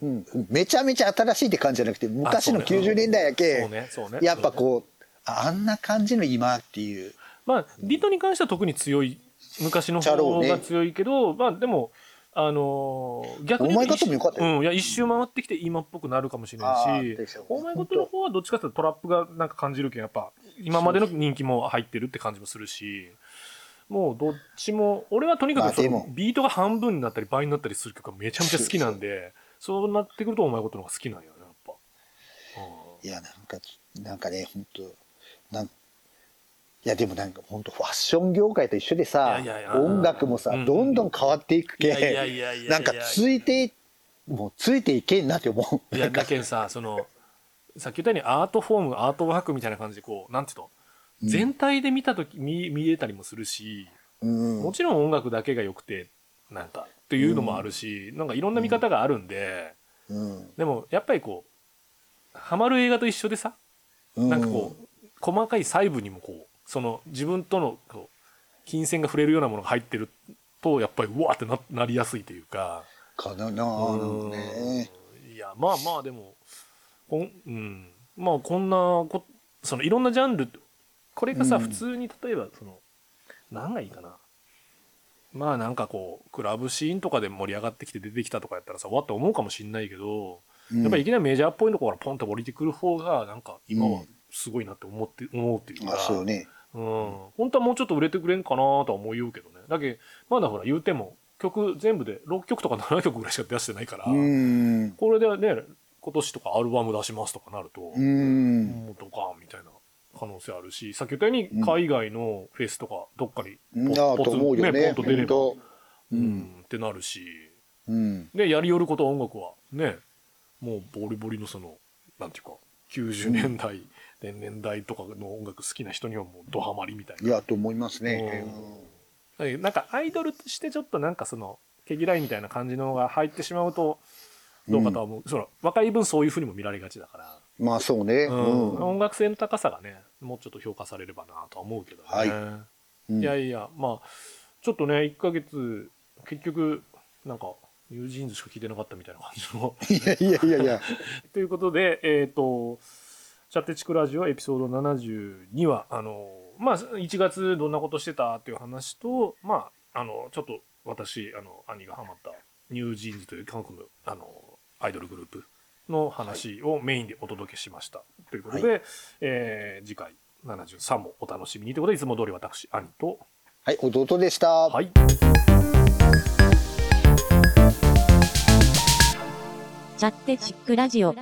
S7: うん、めちゃめちゃ新しいって感じじゃなくて、昔の
S6: あそうね
S7: 90年代やけ、
S6: そうねそうね
S7: やっぱこう、ああんな感じの今っていう。
S6: まあ、リトに関しては特に強い、昔の方が強いけど、まあでも、あのー逆に言う
S7: お前方もよかったよ
S6: うん、いや、一周回ってきて今っぽくなるかもしれ
S7: あ
S6: な
S7: ー
S6: い
S7: でし
S6: し
S7: ょ、う
S6: お前事の方はどっちかというとトラップがなんか感じるけん、やっぱ、今までの人気も入ってるって感じもするし、もうどっちも、俺はとにか
S7: まあ
S6: くそ
S7: で
S6: の
S7: も
S6: ビートが半分になったり倍になったりする曲がめちゃめちゃ好きなんで、そうなってくるとお前事の方が好きなんよね、やっぱ。
S7: いや、なんか、なんかね、本当なんいや、でもなんか本当ファッション業界と一緒でさ、
S6: いやいやいや
S7: 音楽もさ、
S6: うん
S7: どんどん変わっていくけ、
S6: いやいやいやいやいや
S7: なんかついて、もうついていけんなって思う。
S6: い
S7: な
S6: や、
S7: んか
S6: だけんさ、その、さっき言ったようにアートフォーム、アートワークみたいな感じで、こう、なんていうの全体で見たとき、見、見えたりもするし、
S7: うん
S6: もちろん音楽だけが良くて、なんか、っていうのもあるし、なんかいろんな見方があるんで、
S7: うん
S6: でもやっぱりこう、ハマる映画と一緒でさ、なんかこう、細かい細部にもこう、その自分とのこう金銭が触れるようなものが入ってると、やっぱりうわーってななりやすいというか。
S7: かななあなんかね
S6: うんいや、まあまあでも、こんうん、まあこんなこ、そのいろんなジャンル、これがさ、
S7: うん
S6: 普通に例えば、その、何がいいかな。まあなんかこう、クラブシーンとかで盛り上がってきて出てきたとかやったらさ、わって思うかもしんないけど、やっぱりいきなりメジャーっぽいところからポンと降りてくる方がなんか今はすごいなって思って、思うっていう
S7: うん
S6: か
S7: あそうね
S6: うん、本当はもうちょっと売れてくれんかなとは思いようけどねだけどまだほら言うても曲全部で6曲とか7曲ぐらいしか出してないから、
S7: うん
S6: これでね今年とかアルバム出しますとかなると、
S7: う
S6: うんん、ドカーンみたいな可能性あるしさっき言ったように海外のフェスとかどっかに
S7: なあと思うよ
S6: ポ
S7: ね
S6: ンと出れば、
S7: ほんと
S6: う
S7: うんん
S6: ってなるし
S7: うん
S6: でやりよること音楽はねもうボリボリのそのなんていうか90年代、年々代とかの音楽好きな人にはもうドハマりみたい
S7: い
S6: な。
S7: やと思いますね
S6: うんなんかアイドルとしてちょっとなんかその毛嫌いみたいな感じのが入ってしまうとどうかとは思う、その若い分そういうふうにも見られがちだから、
S7: まあそうね
S6: うん
S7: うん
S6: 音楽性の高さがねもうちょっと評価されればなとは思うけどね、
S7: はいうん
S6: いやいやまあちょっとね1ヶ月結局なんかニュージーンズしか聞いてなかったみたいな感じの
S7: いやいやいやいや
S6: ということで、えっ、と、チャッテチクラジオエピソード72は、あの、まあ、1月どんなことしてたっていう話と、まあ、あの、ちょっと私、あの、兄がハマったニュージーンズという韓国の、あの、アイドルグループの話をメインでお届けしました。ということで、えー次回73もお楽しみにということで、いつも通り私、兄と、
S7: はい弟でした
S6: はい。
S5: チャッテチックラジオ。